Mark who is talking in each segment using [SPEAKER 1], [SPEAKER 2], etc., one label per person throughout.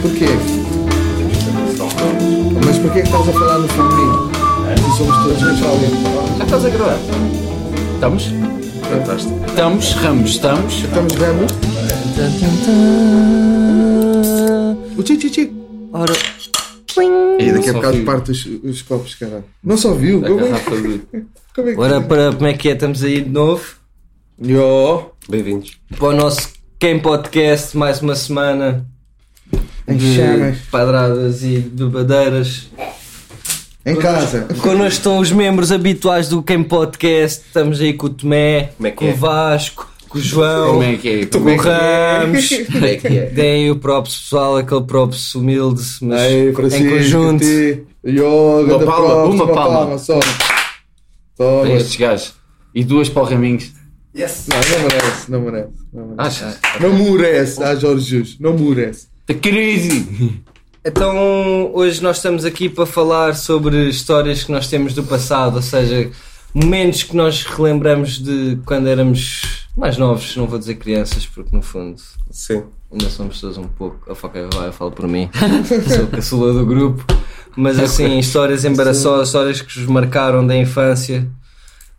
[SPEAKER 1] Por quê? Mas por que é que estás a falar no feminino? Se somos todos masculinos.
[SPEAKER 2] Já Tá, estás a gravar? Estamos?
[SPEAKER 1] Fantástico.
[SPEAKER 2] Estamos, ramos, estamos.
[SPEAKER 1] Estamos vendo? O tchic tchic tchic.
[SPEAKER 2] Ora,
[SPEAKER 1] E daqui a
[SPEAKER 2] Só
[SPEAKER 1] bocado
[SPEAKER 2] que-
[SPEAKER 1] parte os, os copos, caralho. Não só viu?
[SPEAKER 2] a
[SPEAKER 1] Como é,
[SPEAKER 2] garrafa de.
[SPEAKER 1] como é que.
[SPEAKER 3] Ora, para, como é que é? Estamos aí de novo
[SPEAKER 1] Yo!
[SPEAKER 4] Bem-vindos.
[SPEAKER 3] para o nosso Quem Podcast, mais uma semana
[SPEAKER 1] Em
[SPEAKER 3] de
[SPEAKER 1] chamas.
[SPEAKER 3] padradas e bebadeiras.
[SPEAKER 1] Em casa.
[SPEAKER 3] Connosco estão os membros habituais do Quem Podcast, estamos aí com o Tomé,
[SPEAKER 4] Como é que
[SPEAKER 3] com
[SPEAKER 4] é?
[SPEAKER 3] o Vasco, com o
[SPEAKER 2] Como
[SPEAKER 3] João,
[SPEAKER 2] é que é?
[SPEAKER 3] com
[SPEAKER 2] Como é
[SPEAKER 3] o
[SPEAKER 2] que é?
[SPEAKER 3] Ramos.
[SPEAKER 4] Como é que é?
[SPEAKER 3] Deem o props pessoal, aquele props humilde, mas
[SPEAKER 1] Aí, Francisco.
[SPEAKER 3] em conjunto.
[SPEAKER 1] ti. Yo, grande
[SPEAKER 2] palma,
[SPEAKER 1] props,
[SPEAKER 2] uma palma.
[SPEAKER 1] só.
[SPEAKER 2] Para
[SPEAKER 1] Toma.
[SPEAKER 2] estes gajos. E duas para o Raminhos.
[SPEAKER 1] Não, não merece, não merece. Não merece.
[SPEAKER 2] Achas?
[SPEAKER 1] Não merece, ah, Jorge Jus, não merece.
[SPEAKER 2] The tá crazy!
[SPEAKER 3] Então, hoje nós estamos aqui para falar sobre histórias que nós temos do passado, ou seja, momentos que nós relembramos de quando éramos mais novos, não vou dizer crianças, porque no fundo
[SPEAKER 4] Sim.
[SPEAKER 3] ainda somos pessoas um pouco. Oh, fuck, vai, eu falo por mim, sou a caçula do grupo, mas assim, histórias embaraçosas, histórias que vos marcaram da infância.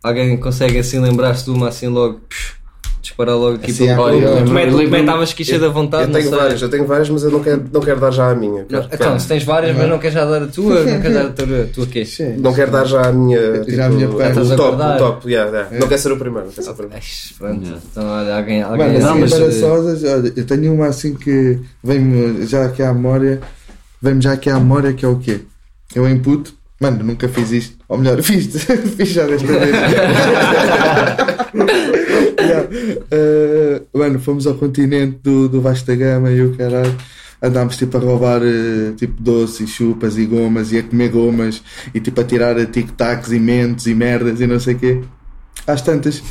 [SPEAKER 3] Alguém consegue assim lembrar-se de uma assim logo, psh, disparar logo aqui
[SPEAKER 1] Assim,
[SPEAKER 3] para
[SPEAKER 1] ah,
[SPEAKER 3] o
[SPEAKER 1] eu-
[SPEAKER 2] eu
[SPEAKER 3] grupo? Como é- como é que
[SPEAKER 2] lembro-me-
[SPEAKER 3] estavas quixa da vontade?
[SPEAKER 4] Eu
[SPEAKER 3] não
[SPEAKER 4] tenho
[SPEAKER 3] sei.
[SPEAKER 4] várias, eu tenho várias, mas eu não quero, não quero dar já a minha.
[SPEAKER 3] Não,
[SPEAKER 4] Quero-
[SPEAKER 3] então, se tens várias,
[SPEAKER 1] Uhum.
[SPEAKER 3] mas não queres já dar a tua, não queres dar a tua, a tua queixa.
[SPEAKER 1] Sim.
[SPEAKER 4] Não quero dar já a minha. Tipo,
[SPEAKER 1] Já a minha É. perna.
[SPEAKER 4] o
[SPEAKER 3] Estás a
[SPEAKER 4] top,
[SPEAKER 3] guardar?
[SPEAKER 4] o top. yeah, yeah. Não quero ser o primeiro. Não quero ser o primeiro.
[SPEAKER 3] Ai, Pronto, então olha, alguém. alguém
[SPEAKER 1] Mano,
[SPEAKER 2] Não,
[SPEAKER 1] assim,
[SPEAKER 2] mas, eh,
[SPEAKER 1] embaraçosas, olha, eu tenho uma assim que vem-me já aqui à memória, vem-me já aqui à memória que é o quê? Eu em puto, mano, nunca fiz isto, ou melhor, fiz, fiz já desta vez. Yeah. Eh, mano, fomos ao continente do, do Vasta Gama e o caralho. Andámos tipo a roubar eh, tipo doces, e chupas e gomas e a comer gomas e tipo a tirar eh, tic-tacs e mentos e merdas e não sei o quê. Às tantas.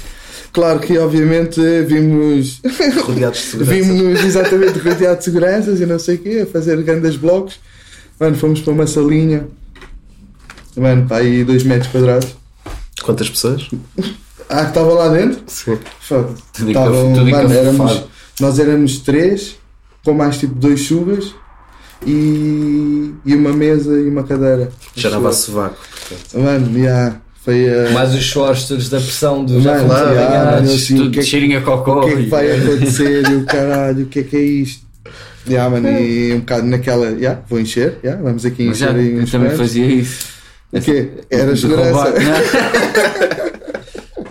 [SPEAKER 1] Claro que obviamente eh, vimos
[SPEAKER 4] Rodeados de segurança.
[SPEAKER 1] Vimos-nos exatamente rodeado de seguranças e não sei o quê, a fazer grandes blocos. Mano, fomos para uma salinha. Mano, para aí 2 metros quadrados.
[SPEAKER 4] Quantas pessoas?
[SPEAKER 1] Ah, que estava lá dentro?
[SPEAKER 4] Sim.
[SPEAKER 1] Foda-se.
[SPEAKER 2] Tudo
[SPEAKER 1] Estavam,
[SPEAKER 2] encafu- tudo
[SPEAKER 1] mano, éramos,
[SPEAKER 2] encafufado.
[SPEAKER 1] nós éramos três, com mais tipo dois chugas e, e uma mesa e uma cadeira.
[SPEAKER 4] Cheirava a sovaco. portanto.
[SPEAKER 1] Mano, yeah, foi eh, a.
[SPEAKER 3] eh, Mais os chores todos da pressão do já
[SPEAKER 1] Mano,
[SPEAKER 3] fomos
[SPEAKER 1] yeah,
[SPEAKER 3] apanhados.
[SPEAKER 1] eu assim, o
[SPEAKER 2] Tudo
[SPEAKER 1] que é
[SPEAKER 2] de
[SPEAKER 1] que-
[SPEAKER 2] cheirinho a cocó.
[SPEAKER 1] o que é que
[SPEAKER 2] e-
[SPEAKER 1] vai acontecer e o caralho, o que é que é isto? Yeah, mano, e um bocado naquela, yeah, vou encher, yeah, vamos aqui
[SPEAKER 2] Mas
[SPEAKER 1] encher
[SPEAKER 2] já,
[SPEAKER 1] aí
[SPEAKER 2] eu
[SPEAKER 1] uns
[SPEAKER 2] também
[SPEAKER 1] pés.
[SPEAKER 2] fazia isso.
[SPEAKER 1] O quê? Era
[SPEAKER 2] De roubar- né?
[SPEAKER 1] segurança.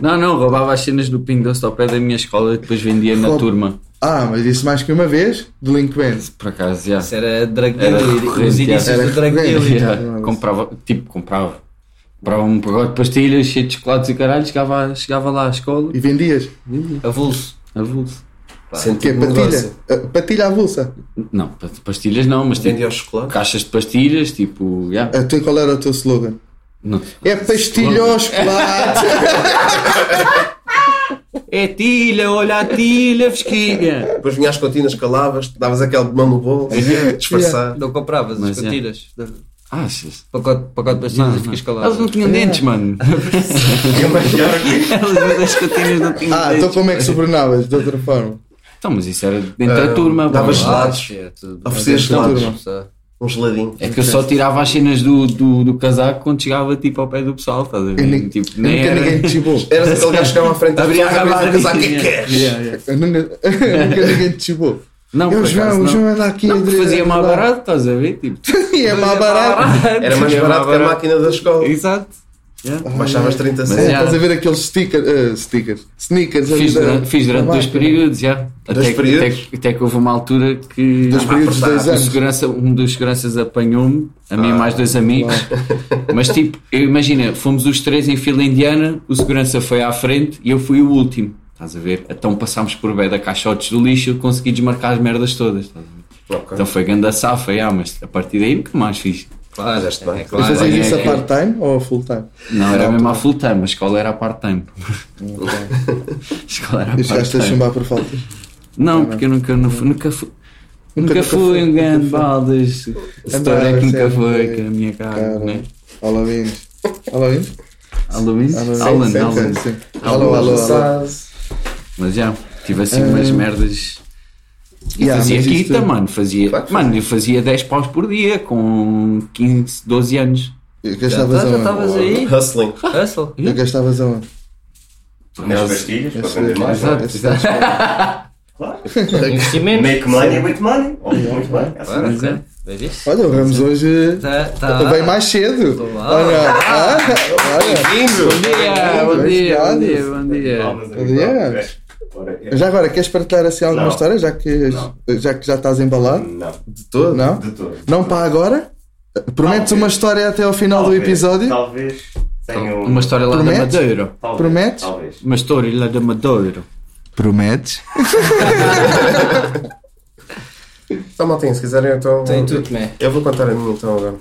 [SPEAKER 2] Não, não, roubava as cenas do Ping Doce ao pé da minha escola e depois vendia na
[SPEAKER 1] Rouba-
[SPEAKER 2] turma.
[SPEAKER 1] Ah, mas isso mais que uma vez, delinquente.
[SPEAKER 2] Por acaso, já.
[SPEAKER 3] Isso era drug
[SPEAKER 2] Era
[SPEAKER 3] dealer,
[SPEAKER 2] recorrente,
[SPEAKER 3] os inícios
[SPEAKER 1] era
[SPEAKER 3] do drug
[SPEAKER 1] recorrente.
[SPEAKER 3] dealer.
[SPEAKER 2] Yeah,
[SPEAKER 1] Nossa.
[SPEAKER 2] comprava, tipo, comprava. Comprava um pacote de pastilhas cheio de chocolates e caralho, chegava, chegava lá à escola,
[SPEAKER 1] E vendias.
[SPEAKER 3] Avulso.
[SPEAKER 2] avulso.
[SPEAKER 1] O quê?
[SPEAKER 4] Sentido de
[SPEAKER 1] Patilha?
[SPEAKER 4] um negócio.
[SPEAKER 1] Ah, Patilha avulsa.
[SPEAKER 2] Não, pa- pastilhas não, mas
[SPEAKER 4] Vendia
[SPEAKER 2] tipo,
[SPEAKER 4] aos chocolates.
[SPEAKER 2] caixas de pastilhas, tipo, yeah.
[SPEAKER 1] Ah, tu, qual era o teu slogan?
[SPEAKER 2] Não.
[SPEAKER 1] É pastilha aos chocolates.
[SPEAKER 2] É tilha, olha a tilha, fresquinha.
[SPEAKER 4] Depois vinha às continhas, calavas, davas aquele mão no
[SPEAKER 1] É.
[SPEAKER 4] bolso, disfarçado.
[SPEAKER 3] Não compravas
[SPEAKER 2] Mas,
[SPEAKER 3] as cantinas.
[SPEAKER 2] Ah, Achas?
[SPEAKER 3] Pacote, pacote de pastilhas e ficas
[SPEAKER 2] Elas não
[SPEAKER 3] calado.
[SPEAKER 2] tinham dentes, mano. Elas as cantinas não tinham
[SPEAKER 1] Ah,
[SPEAKER 2] dentes.
[SPEAKER 1] então como é que sobrenavas de outra forma?
[SPEAKER 2] Então, mas isso era dentro da
[SPEAKER 4] Ah,
[SPEAKER 2] turma.
[SPEAKER 4] dava
[SPEAKER 2] pá.
[SPEAKER 4] gelado. gelados.
[SPEAKER 3] É,
[SPEAKER 4] Oferecias
[SPEAKER 1] gelados.
[SPEAKER 4] Um geladinho.
[SPEAKER 2] É que eu só tirava as cenas do, do, do casaco quando chegava tipo ao pé do pessoal, estás a ver?
[SPEAKER 1] Eu nem-
[SPEAKER 2] tipo,
[SPEAKER 1] eu nunca ninguém te chibou.
[SPEAKER 4] Eras aquele gajo que chegava à frente da
[SPEAKER 2] Abria
[SPEAKER 4] pessoa,
[SPEAKER 2] a
[SPEAKER 4] abria a
[SPEAKER 2] gabardina.
[SPEAKER 4] casaca, o que é que queres?
[SPEAKER 1] Eu Eh, Nunca eu nunca ninguém te chibou.
[SPEAKER 2] Não,
[SPEAKER 1] É o
[SPEAKER 2] por acaso,
[SPEAKER 1] João, o
[SPEAKER 2] não.
[SPEAKER 1] João anda aqui. é
[SPEAKER 2] Não,
[SPEAKER 1] a-
[SPEAKER 2] fazia mal
[SPEAKER 1] a-
[SPEAKER 2] barato, estás a ver? Tipo,
[SPEAKER 1] E é má barato.
[SPEAKER 4] Era mais
[SPEAKER 2] Era
[SPEAKER 4] barato que a
[SPEAKER 2] barato.
[SPEAKER 4] máquina da escola.
[SPEAKER 2] Exato. Yeah.
[SPEAKER 4] Baixavas 30
[SPEAKER 1] É,
[SPEAKER 4] cêntimos.
[SPEAKER 2] já.
[SPEAKER 1] estás a ver aqueles stickers, eh, stickers, sneakers.
[SPEAKER 2] Fiz
[SPEAKER 1] ali da-
[SPEAKER 2] durante, fiz
[SPEAKER 1] da
[SPEAKER 2] durante dois
[SPEAKER 1] máquina.
[SPEAKER 2] períodos, já.
[SPEAKER 4] Dois
[SPEAKER 2] Até, que-
[SPEAKER 4] períodos?
[SPEAKER 2] até que- até que houve uma altura que
[SPEAKER 1] Dois períodos,
[SPEAKER 4] apertar.
[SPEAKER 1] dois
[SPEAKER 2] o
[SPEAKER 1] anos. Ah,
[SPEAKER 2] segurança, um dos seguranças apanhou-me, a mim e mais dois amigos. Mas tipo, eu imagina, fomos os três em fila indiana, o segurança foi à frente e eu fui o último. Estás a ver? Então passámos por bem da caixotes do lixo, consegui desmarcar as merdas todas.
[SPEAKER 1] Tá
[SPEAKER 2] Estás a ver?
[SPEAKER 3] é.
[SPEAKER 4] Ok.
[SPEAKER 2] Então foi ganda safa, já, mas a partir daí nunca mais fiz.
[SPEAKER 3] Claro,
[SPEAKER 4] Fizeste bem.
[SPEAKER 3] é
[SPEAKER 1] E
[SPEAKER 3] claro.
[SPEAKER 1] fazias
[SPEAKER 2] Olha,
[SPEAKER 1] isso a
[SPEAKER 2] é que-
[SPEAKER 1] part-time ou a full-time?
[SPEAKER 2] Não,
[SPEAKER 1] Tá
[SPEAKER 2] era mesmo à full time, a escola era a part-time. a escola era a
[SPEAKER 1] E chegaste a
[SPEAKER 2] part-time.
[SPEAKER 1] chumbar por faltas.
[SPEAKER 2] Não, porque eu nunca, nu- nunca fui. Nunca,
[SPEAKER 1] nunca
[SPEAKER 2] fui
[SPEAKER 1] fui,
[SPEAKER 2] um
[SPEAKER 1] nunca
[SPEAKER 2] grande
[SPEAKER 1] fui.
[SPEAKER 2] baldas. História é que nunca
[SPEAKER 1] sempre,
[SPEAKER 2] foi,
[SPEAKER 1] é.
[SPEAKER 2] que é a minha cara,
[SPEAKER 1] Cara,
[SPEAKER 2] né?
[SPEAKER 1] Olá, vindos. Olá, vindos.
[SPEAKER 2] Halloween? Alan, Alan.
[SPEAKER 3] tá,
[SPEAKER 1] Alô, alô, alô.
[SPEAKER 2] Mas já, tive assim umas merdas. E
[SPEAKER 1] Yeah,
[SPEAKER 2] fazia
[SPEAKER 1] mas isso
[SPEAKER 2] quita,
[SPEAKER 1] tudo-
[SPEAKER 2] mano. Fazia,
[SPEAKER 4] Claro que
[SPEAKER 2] mano, eu fazia 10 paus por dia com 15, 12 anos.
[SPEAKER 1] Eu
[SPEAKER 3] Já
[SPEAKER 1] gastavas
[SPEAKER 3] tá- já
[SPEAKER 1] aonde?
[SPEAKER 3] estavas aí?
[SPEAKER 4] Hustling.
[SPEAKER 3] Hustle?
[SPEAKER 1] Eu gastavas aonde?
[SPEAKER 5] Nas pastilhas, para vender mais.
[SPEAKER 1] Exato,
[SPEAKER 5] não é?
[SPEAKER 1] exato.
[SPEAKER 5] Claro.
[SPEAKER 3] Investimento?
[SPEAKER 5] Make money with money. Oh, Muito bem. essa
[SPEAKER 3] Claro,
[SPEAKER 5] é
[SPEAKER 3] ok. Vês?
[SPEAKER 1] Olha, o Ramos hoje
[SPEAKER 3] Tá, tá.
[SPEAKER 2] Ah.
[SPEAKER 1] veio mais cedo.
[SPEAKER 3] Olá.
[SPEAKER 1] Olha, ah, olha.
[SPEAKER 3] Tá,
[SPEAKER 1] um
[SPEAKER 2] Bom dia, bom dia, bom dia, bom
[SPEAKER 5] a
[SPEAKER 2] dia.
[SPEAKER 5] almas,
[SPEAKER 1] Yeah.
[SPEAKER 5] é. Ora, é.
[SPEAKER 1] Já agora, queres partilhar assim alguma
[SPEAKER 5] Não.
[SPEAKER 1] história, já que,
[SPEAKER 5] Não.
[SPEAKER 1] já que já estás embalado?
[SPEAKER 5] Não,
[SPEAKER 1] De todo? Não?
[SPEAKER 5] de todo.
[SPEAKER 1] Não para agora? Prometes
[SPEAKER 5] Talvez.
[SPEAKER 1] uma história até ao final do
[SPEAKER 5] Talvez,
[SPEAKER 1] episódio?
[SPEAKER 5] Talvez tenho.
[SPEAKER 2] Então, Uma história lá da
[SPEAKER 1] Prometes?
[SPEAKER 2] Madeira.
[SPEAKER 5] Talvez,
[SPEAKER 1] Prometes?
[SPEAKER 5] Talvez.
[SPEAKER 2] Uma história lá da Madeira.
[SPEAKER 1] Prometes?
[SPEAKER 4] Tá, maltinho, se quiserem então.
[SPEAKER 3] Tem tá tudo, man.
[SPEAKER 4] Eu vou contar a minha então agora.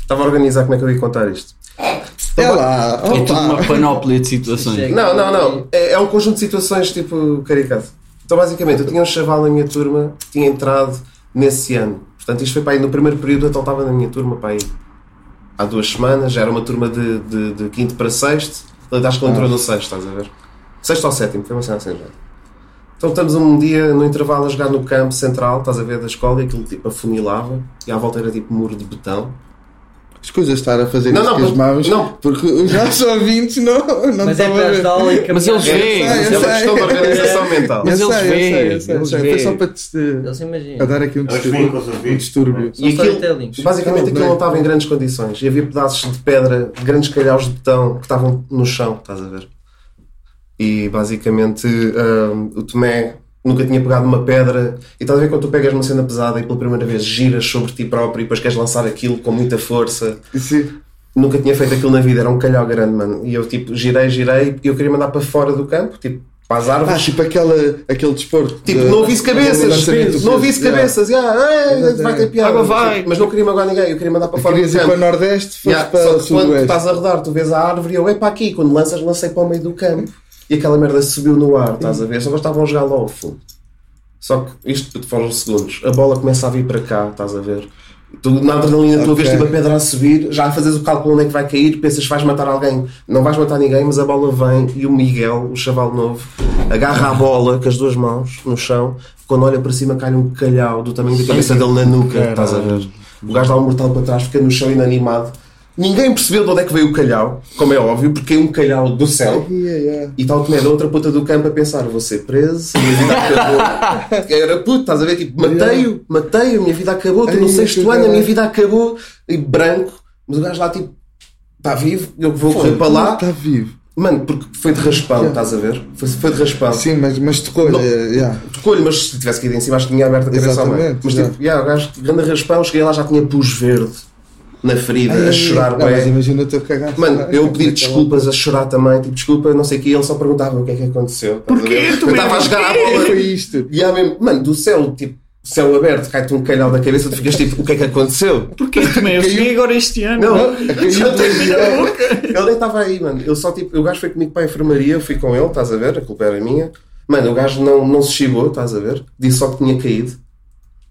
[SPEAKER 4] Estava a organizar como é que eu ia contar isto.
[SPEAKER 1] É
[SPEAKER 4] Então
[SPEAKER 1] lá,
[SPEAKER 2] É tudo uma
[SPEAKER 1] opa.
[SPEAKER 2] panóplia de situações.
[SPEAKER 3] Chega.
[SPEAKER 4] Não, não, não. É, é um conjunto de situações tipo caricato. Então, basicamente, eu tinha um chaval na minha turma que tinha entrado nesse ano. Portanto, isto foi para aí no primeiro período, então estava na minha turma para aí há duas semanas. Já era uma turma de, de, de quinto para sexto. Ele acho que ele entrou no sexto, estás a ver? Sexto ou sétimo, foi uma cena assim já. Então estamos um dia no intervalo a jogar no campo central, estás a ver, da escola, e aquilo tipo afunilava, e à volta era tipo muro de betão.
[SPEAKER 1] As coisas estar a fazer
[SPEAKER 4] Não,
[SPEAKER 1] isso
[SPEAKER 4] não,
[SPEAKER 1] com as
[SPEAKER 4] mas-
[SPEAKER 1] mãos,
[SPEAKER 4] não.
[SPEAKER 1] porque os nossos ouvintes não, não
[SPEAKER 3] Mas
[SPEAKER 1] estão
[SPEAKER 3] é
[SPEAKER 1] a
[SPEAKER 3] para
[SPEAKER 1] ver.
[SPEAKER 3] ajudá-lo e
[SPEAKER 2] Mas
[SPEAKER 3] caminhar.
[SPEAKER 2] eles veem,
[SPEAKER 1] Eu
[SPEAKER 4] É uma
[SPEAKER 1] sei.
[SPEAKER 4] questão de organização mental.
[SPEAKER 2] Mas
[SPEAKER 1] eu
[SPEAKER 2] eles
[SPEAKER 1] sei, eu
[SPEAKER 2] veem,
[SPEAKER 1] sei, eu sei, eu
[SPEAKER 2] eles
[SPEAKER 1] sei. Foi
[SPEAKER 2] veem.
[SPEAKER 1] só para te,
[SPEAKER 3] Eles
[SPEAKER 1] a
[SPEAKER 3] imaginam.
[SPEAKER 1] dar aqui um
[SPEAKER 5] Eles vêm
[SPEAKER 1] distúrbio.
[SPEAKER 5] com os
[SPEAKER 1] Um
[SPEAKER 5] ouvidos.
[SPEAKER 1] distúrbio.
[SPEAKER 4] E
[SPEAKER 3] São
[SPEAKER 4] aquilo,
[SPEAKER 3] storytellings.
[SPEAKER 4] basicamente aquilo
[SPEAKER 1] Não, é.
[SPEAKER 4] não
[SPEAKER 1] não.
[SPEAKER 4] estava em grandes condições. E havia pedaços de pedra, grandes calhaus de betão que estavam no chão, estás a ver? E basicamente hum, o Tomé nunca tinha pegado uma pedra. E estás a ver quando tu pegas uma cena pesada e pela primeira vez giras sobre ti próprio e depois queres lançar aquilo com muita força.
[SPEAKER 1] Sim.
[SPEAKER 4] Nunca tinha feito aquilo na vida, era um calhau grande, mano. E eu tipo girei, girei e eu queria mandar para fora do campo, tipo para as
[SPEAKER 1] Ah,
[SPEAKER 4] árvores.
[SPEAKER 1] tipo aquela, aquele desporto.
[SPEAKER 4] Tipo,
[SPEAKER 1] de-
[SPEAKER 4] não ouvisse
[SPEAKER 1] do lançamento do
[SPEAKER 4] cabeças, não
[SPEAKER 1] peso.
[SPEAKER 4] ouvisse
[SPEAKER 1] Yeah.
[SPEAKER 4] cabeças, yeah, ei,
[SPEAKER 1] Exatamente.
[SPEAKER 4] vai ter piada.
[SPEAKER 2] Água vai.
[SPEAKER 4] Mas não queria magoar ninguém, eu queria mandar para fora do
[SPEAKER 1] Querias ir
[SPEAKER 4] campo.
[SPEAKER 1] para o Nordeste, foste
[SPEAKER 4] Yeah,
[SPEAKER 1] para
[SPEAKER 4] só
[SPEAKER 1] o
[SPEAKER 4] que quando tu
[SPEAKER 1] Sudoeste.
[SPEAKER 4] estás a rodar, tu vês a árvore e eu, é para aqui, quando lanças, lancei para o meio do campo. E aquela merda subiu no ar, estás a ver? Só que eles estavam a jogar lá ao fundo. Só que isto foram segundos. A bola começa a vir para cá, estás a ver? Tu, na adrenalina, tu vês
[SPEAKER 1] Ok.
[SPEAKER 4] tipo a pedra a subir, já fazes o cálculo onde é que vai cair, pensas vais matar alguém. Não vais matar ninguém, mas a bola vem e o Miguel, o chaval novo, agarra a bola com as duas mãos no chão. Quando olha para cima, cai um calhau do tamanho da cabeça dele na nuca, estás a ver? O gajo dá um mortal para trás, fica no chão inanimado. Ninguém percebeu de onde é que veio o calhau, como é óbvio, porque é um calhau do céu.
[SPEAKER 1] Yeah, yeah.
[SPEAKER 4] E está o Tomé da outra ponta do campo a pensar: vou ser preso, a minha vida acabou. Era puto, estás a ver? Tipo, matei-o, matei-o, a minha vida acabou. Estou no
[SPEAKER 1] Ai, que
[SPEAKER 4] sexto ano, a minha
[SPEAKER 1] caralho.
[SPEAKER 4] vida acabou. E branco, mas o gajo lá, tipo, está vivo, eu vou correr para lá.
[SPEAKER 1] Está tá vivo.
[SPEAKER 4] Mano, porque foi de raspão, estás a ver? Foi, foi de raspão.
[SPEAKER 1] Sim, mas, mas tocou.
[SPEAKER 4] Não.
[SPEAKER 1] eh, yeah.
[SPEAKER 4] Tocou-lhe, mas se tivesse caído em cima, acho que tinha aberto a cabeça ao meio.
[SPEAKER 1] Exatamente,
[SPEAKER 4] Mas tipo, yeah, o gajo, grande raspão, cheguei lá, já tinha pus verde na ferida,
[SPEAKER 1] Ai, tá
[SPEAKER 4] a chorar,
[SPEAKER 1] não,
[SPEAKER 4] bué.
[SPEAKER 1] mas imagina o teu cagado.
[SPEAKER 4] Mano, eu
[SPEAKER 1] tá
[SPEAKER 4] pedi desculpas a chorar também, tipo, desculpa, não sei o que, ele só perguntava o que é que aconteceu. Porquê? Eu estava a jogar à bola
[SPEAKER 1] Foi isto.
[SPEAKER 4] e há mesmo, mano, do céu, tipo, céu aberto, cai-te um calhau da cabeça, tu ficas tipo, o que é que aconteceu?
[SPEAKER 2] Porquê, Tomé? Eu cheguei agora este ano.
[SPEAKER 4] Não,
[SPEAKER 1] Caiu do avião.
[SPEAKER 4] ele nem estava aí, mano. Eu só tipo, o gajo foi comigo para a enfermaria, eu fui com ele, estás a ver? A culpa era minha. Mano, o gajo não, não se chibou, estás a ver? Disse só que tinha caído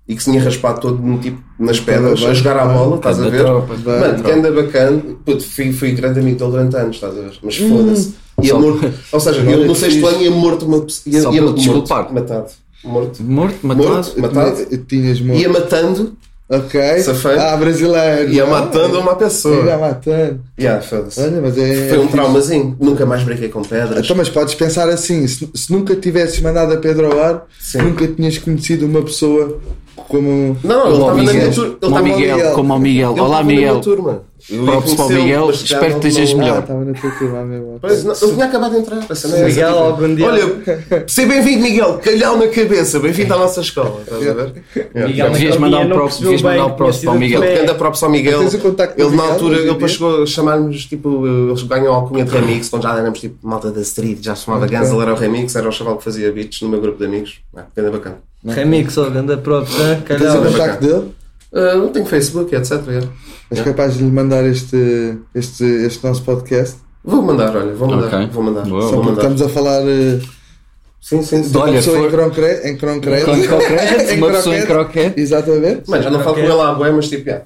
[SPEAKER 4] e que se tinha raspado todo no, tipo, nas pedras, a jogar à bola, estás a
[SPEAKER 2] Da
[SPEAKER 4] ver?
[SPEAKER 2] tropa, da
[SPEAKER 4] Mano,
[SPEAKER 2] tropa.
[SPEAKER 4] que anda bacana, Puto, fui, fui grande amigo dele durante anos, estás a ver? Mas foda-se. E é morto. Ou seja, eu no sexto ano ia morto uma pessoa.
[SPEAKER 2] Só
[SPEAKER 4] ia- ia
[SPEAKER 2] pelo
[SPEAKER 4] morto,
[SPEAKER 2] desculpar.
[SPEAKER 4] Matado. Morto.
[SPEAKER 2] Morto, matado.
[SPEAKER 4] Morto. Matado.
[SPEAKER 1] Tinhas morto.
[SPEAKER 4] Ia matando,
[SPEAKER 1] Ok.
[SPEAKER 4] Safado.
[SPEAKER 1] Ah, brasileiro.
[SPEAKER 4] ia
[SPEAKER 1] Ah,
[SPEAKER 4] matando uma
[SPEAKER 1] Ia
[SPEAKER 4] pessoa.
[SPEAKER 1] matando.
[SPEAKER 4] Yeah, foda-se.
[SPEAKER 1] Olha, mas é.
[SPEAKER 4] Foi um traumazinho. Nunca mais brinquei com pedras.
[SPEAKER 1] Então, mas podes pensar assim: se, se nunca tivesses mandado a Pedro ao ar,
[SPEAKER 4] Sim.
[SPEAKER 1] nunca tinhas conhecido uma pessoa como. um-
[SPEAKER 2] Como
[SPEAKER 4] Não, ele
[SPEAKER 2] ao
[SPEAKER 4] estava na minha
[SPEAKER 2] Miguel.
[SPEAKER 4] turma.
[SPEAKER 2] Como ao Miguel. Como ao Miguel.
[SPEAKER 4] Ele
[SPEAKER 2] Olá,
[SPEAKER 4] estava na minha
[SPEAKER 2] Miguel.
[SPEAKER 4] turma. Eu ia
[SPEAKER 2] Props para o
[SPEAKER 4] conhecê-lo,
[SPEAKER 2] Miguel.
[SPEAKER 4] mas se calhar
[SPEAKER 2] Espero que
[SPEAKER 4] não-
[SPEAKER 2] estejas
[SPEAKER 4] não-
[SPEAKER 1] Ah,
[SPEAKER 2] melhor.
[SPEAKER 1] estava na tua turma mesmo.
[SPEAKER 4] Pois, não, ele tinha acabado de entrar. a cena é essa,
[SPEAKER 3] Miguel,
[SPEAKER 4] tipo,
[SPEAKER 3] algum dia-
[SPEAKER 4] Olha, seja bem-vindo, Miguel. Calhau na cabeça. Bem-vindo à nossa escola. Estás a ver?
[SPEAKER 3] Miguel
[SPEAKER 2] Devias
[SPEAKER 3] naquele
[SPEAKER 2] mandar
[SPEAKER 3] dia
[SPEAKER 2] um
[SPEAKER 3] não
[SPEAKER 2] props,
[SPEAKER 3] percebeu
[SPEAKER 2] devias
[SPEAKER 3] bem
[SPEAKER 2] mandar um
[SPEAKER 3] que
[SPEAKER 2] props
[SPEAKER 3] tinha
[SPEAKER 2] para o
[SPEAKER 3] sido
[SPEAKER 2] Miguel.
[SPEAKER 3] Tomé.
[SPEAKER 4] Anda props ao Miguel.
[SPEAKER 1] Tens o contacto do
[SPEAKER 4] Ele na
[SPEAKER 1] Miguel,
[SPEAKER 4] altura,
[SPEAKER 1] hoje em
[SPEAKER 4] ele
[SPEAKER 1] dia?
[SPEAKER 4] depois chegou a chamar-nos, tipo, eles ganham a alcunha de remix, quando já éramos tipo malta da street, já se chamava Gansel, era o remix, era o chaval que fazia beats no meu grupo de amigos. Ah, ainda bacana.
[SPEAKER 3] Remix ou ganda props, hã?
[SPEAKER 1] Tens o
[SPEAKER 3] calhau.
[SPEAKER 1] contacto dele?
[SPEAKER 4] Ah, não tenho Facebook, etc. é.
[SPEAKER 1] És capaz de lhe mandar este, este, este nosso podcast?
[SPEAKER 4] Vou mandar, olha, vou mandar,
[SPEAKER 2] Ok.
[SPEAKER 4] vou mandar.
[SPEAKER 2] Boa,
[SPEAKER 4] Só
[SPEAKER 1] Só
[SPEAKER 4] vou
[SPEAKER 1] porque
[SPEAKER 4] mandar.
[SPEAKER 1] estamos a falar eh,
[SPEAKER 4] Sim, sim, sim.
[SPEAKER 1] de uma
[SPEAKER 2] Olha,
[SPEAKER 1] pessoa
[SPEAKER 2] foi-
[SPEAKER 1] em concreto. Em concreto.
[SPEAKER 2] Com croquete,
[SPEAKER 1] Em
[SPEAKER 2] uma pessoa em
[SPEAKER 1] croquete.
[SPEAKER 2] croquete.
[SPEAKER 1] Exatamente.
[SPEAKER 4] Mano, já não falo com ele há bué, mas tipo, já.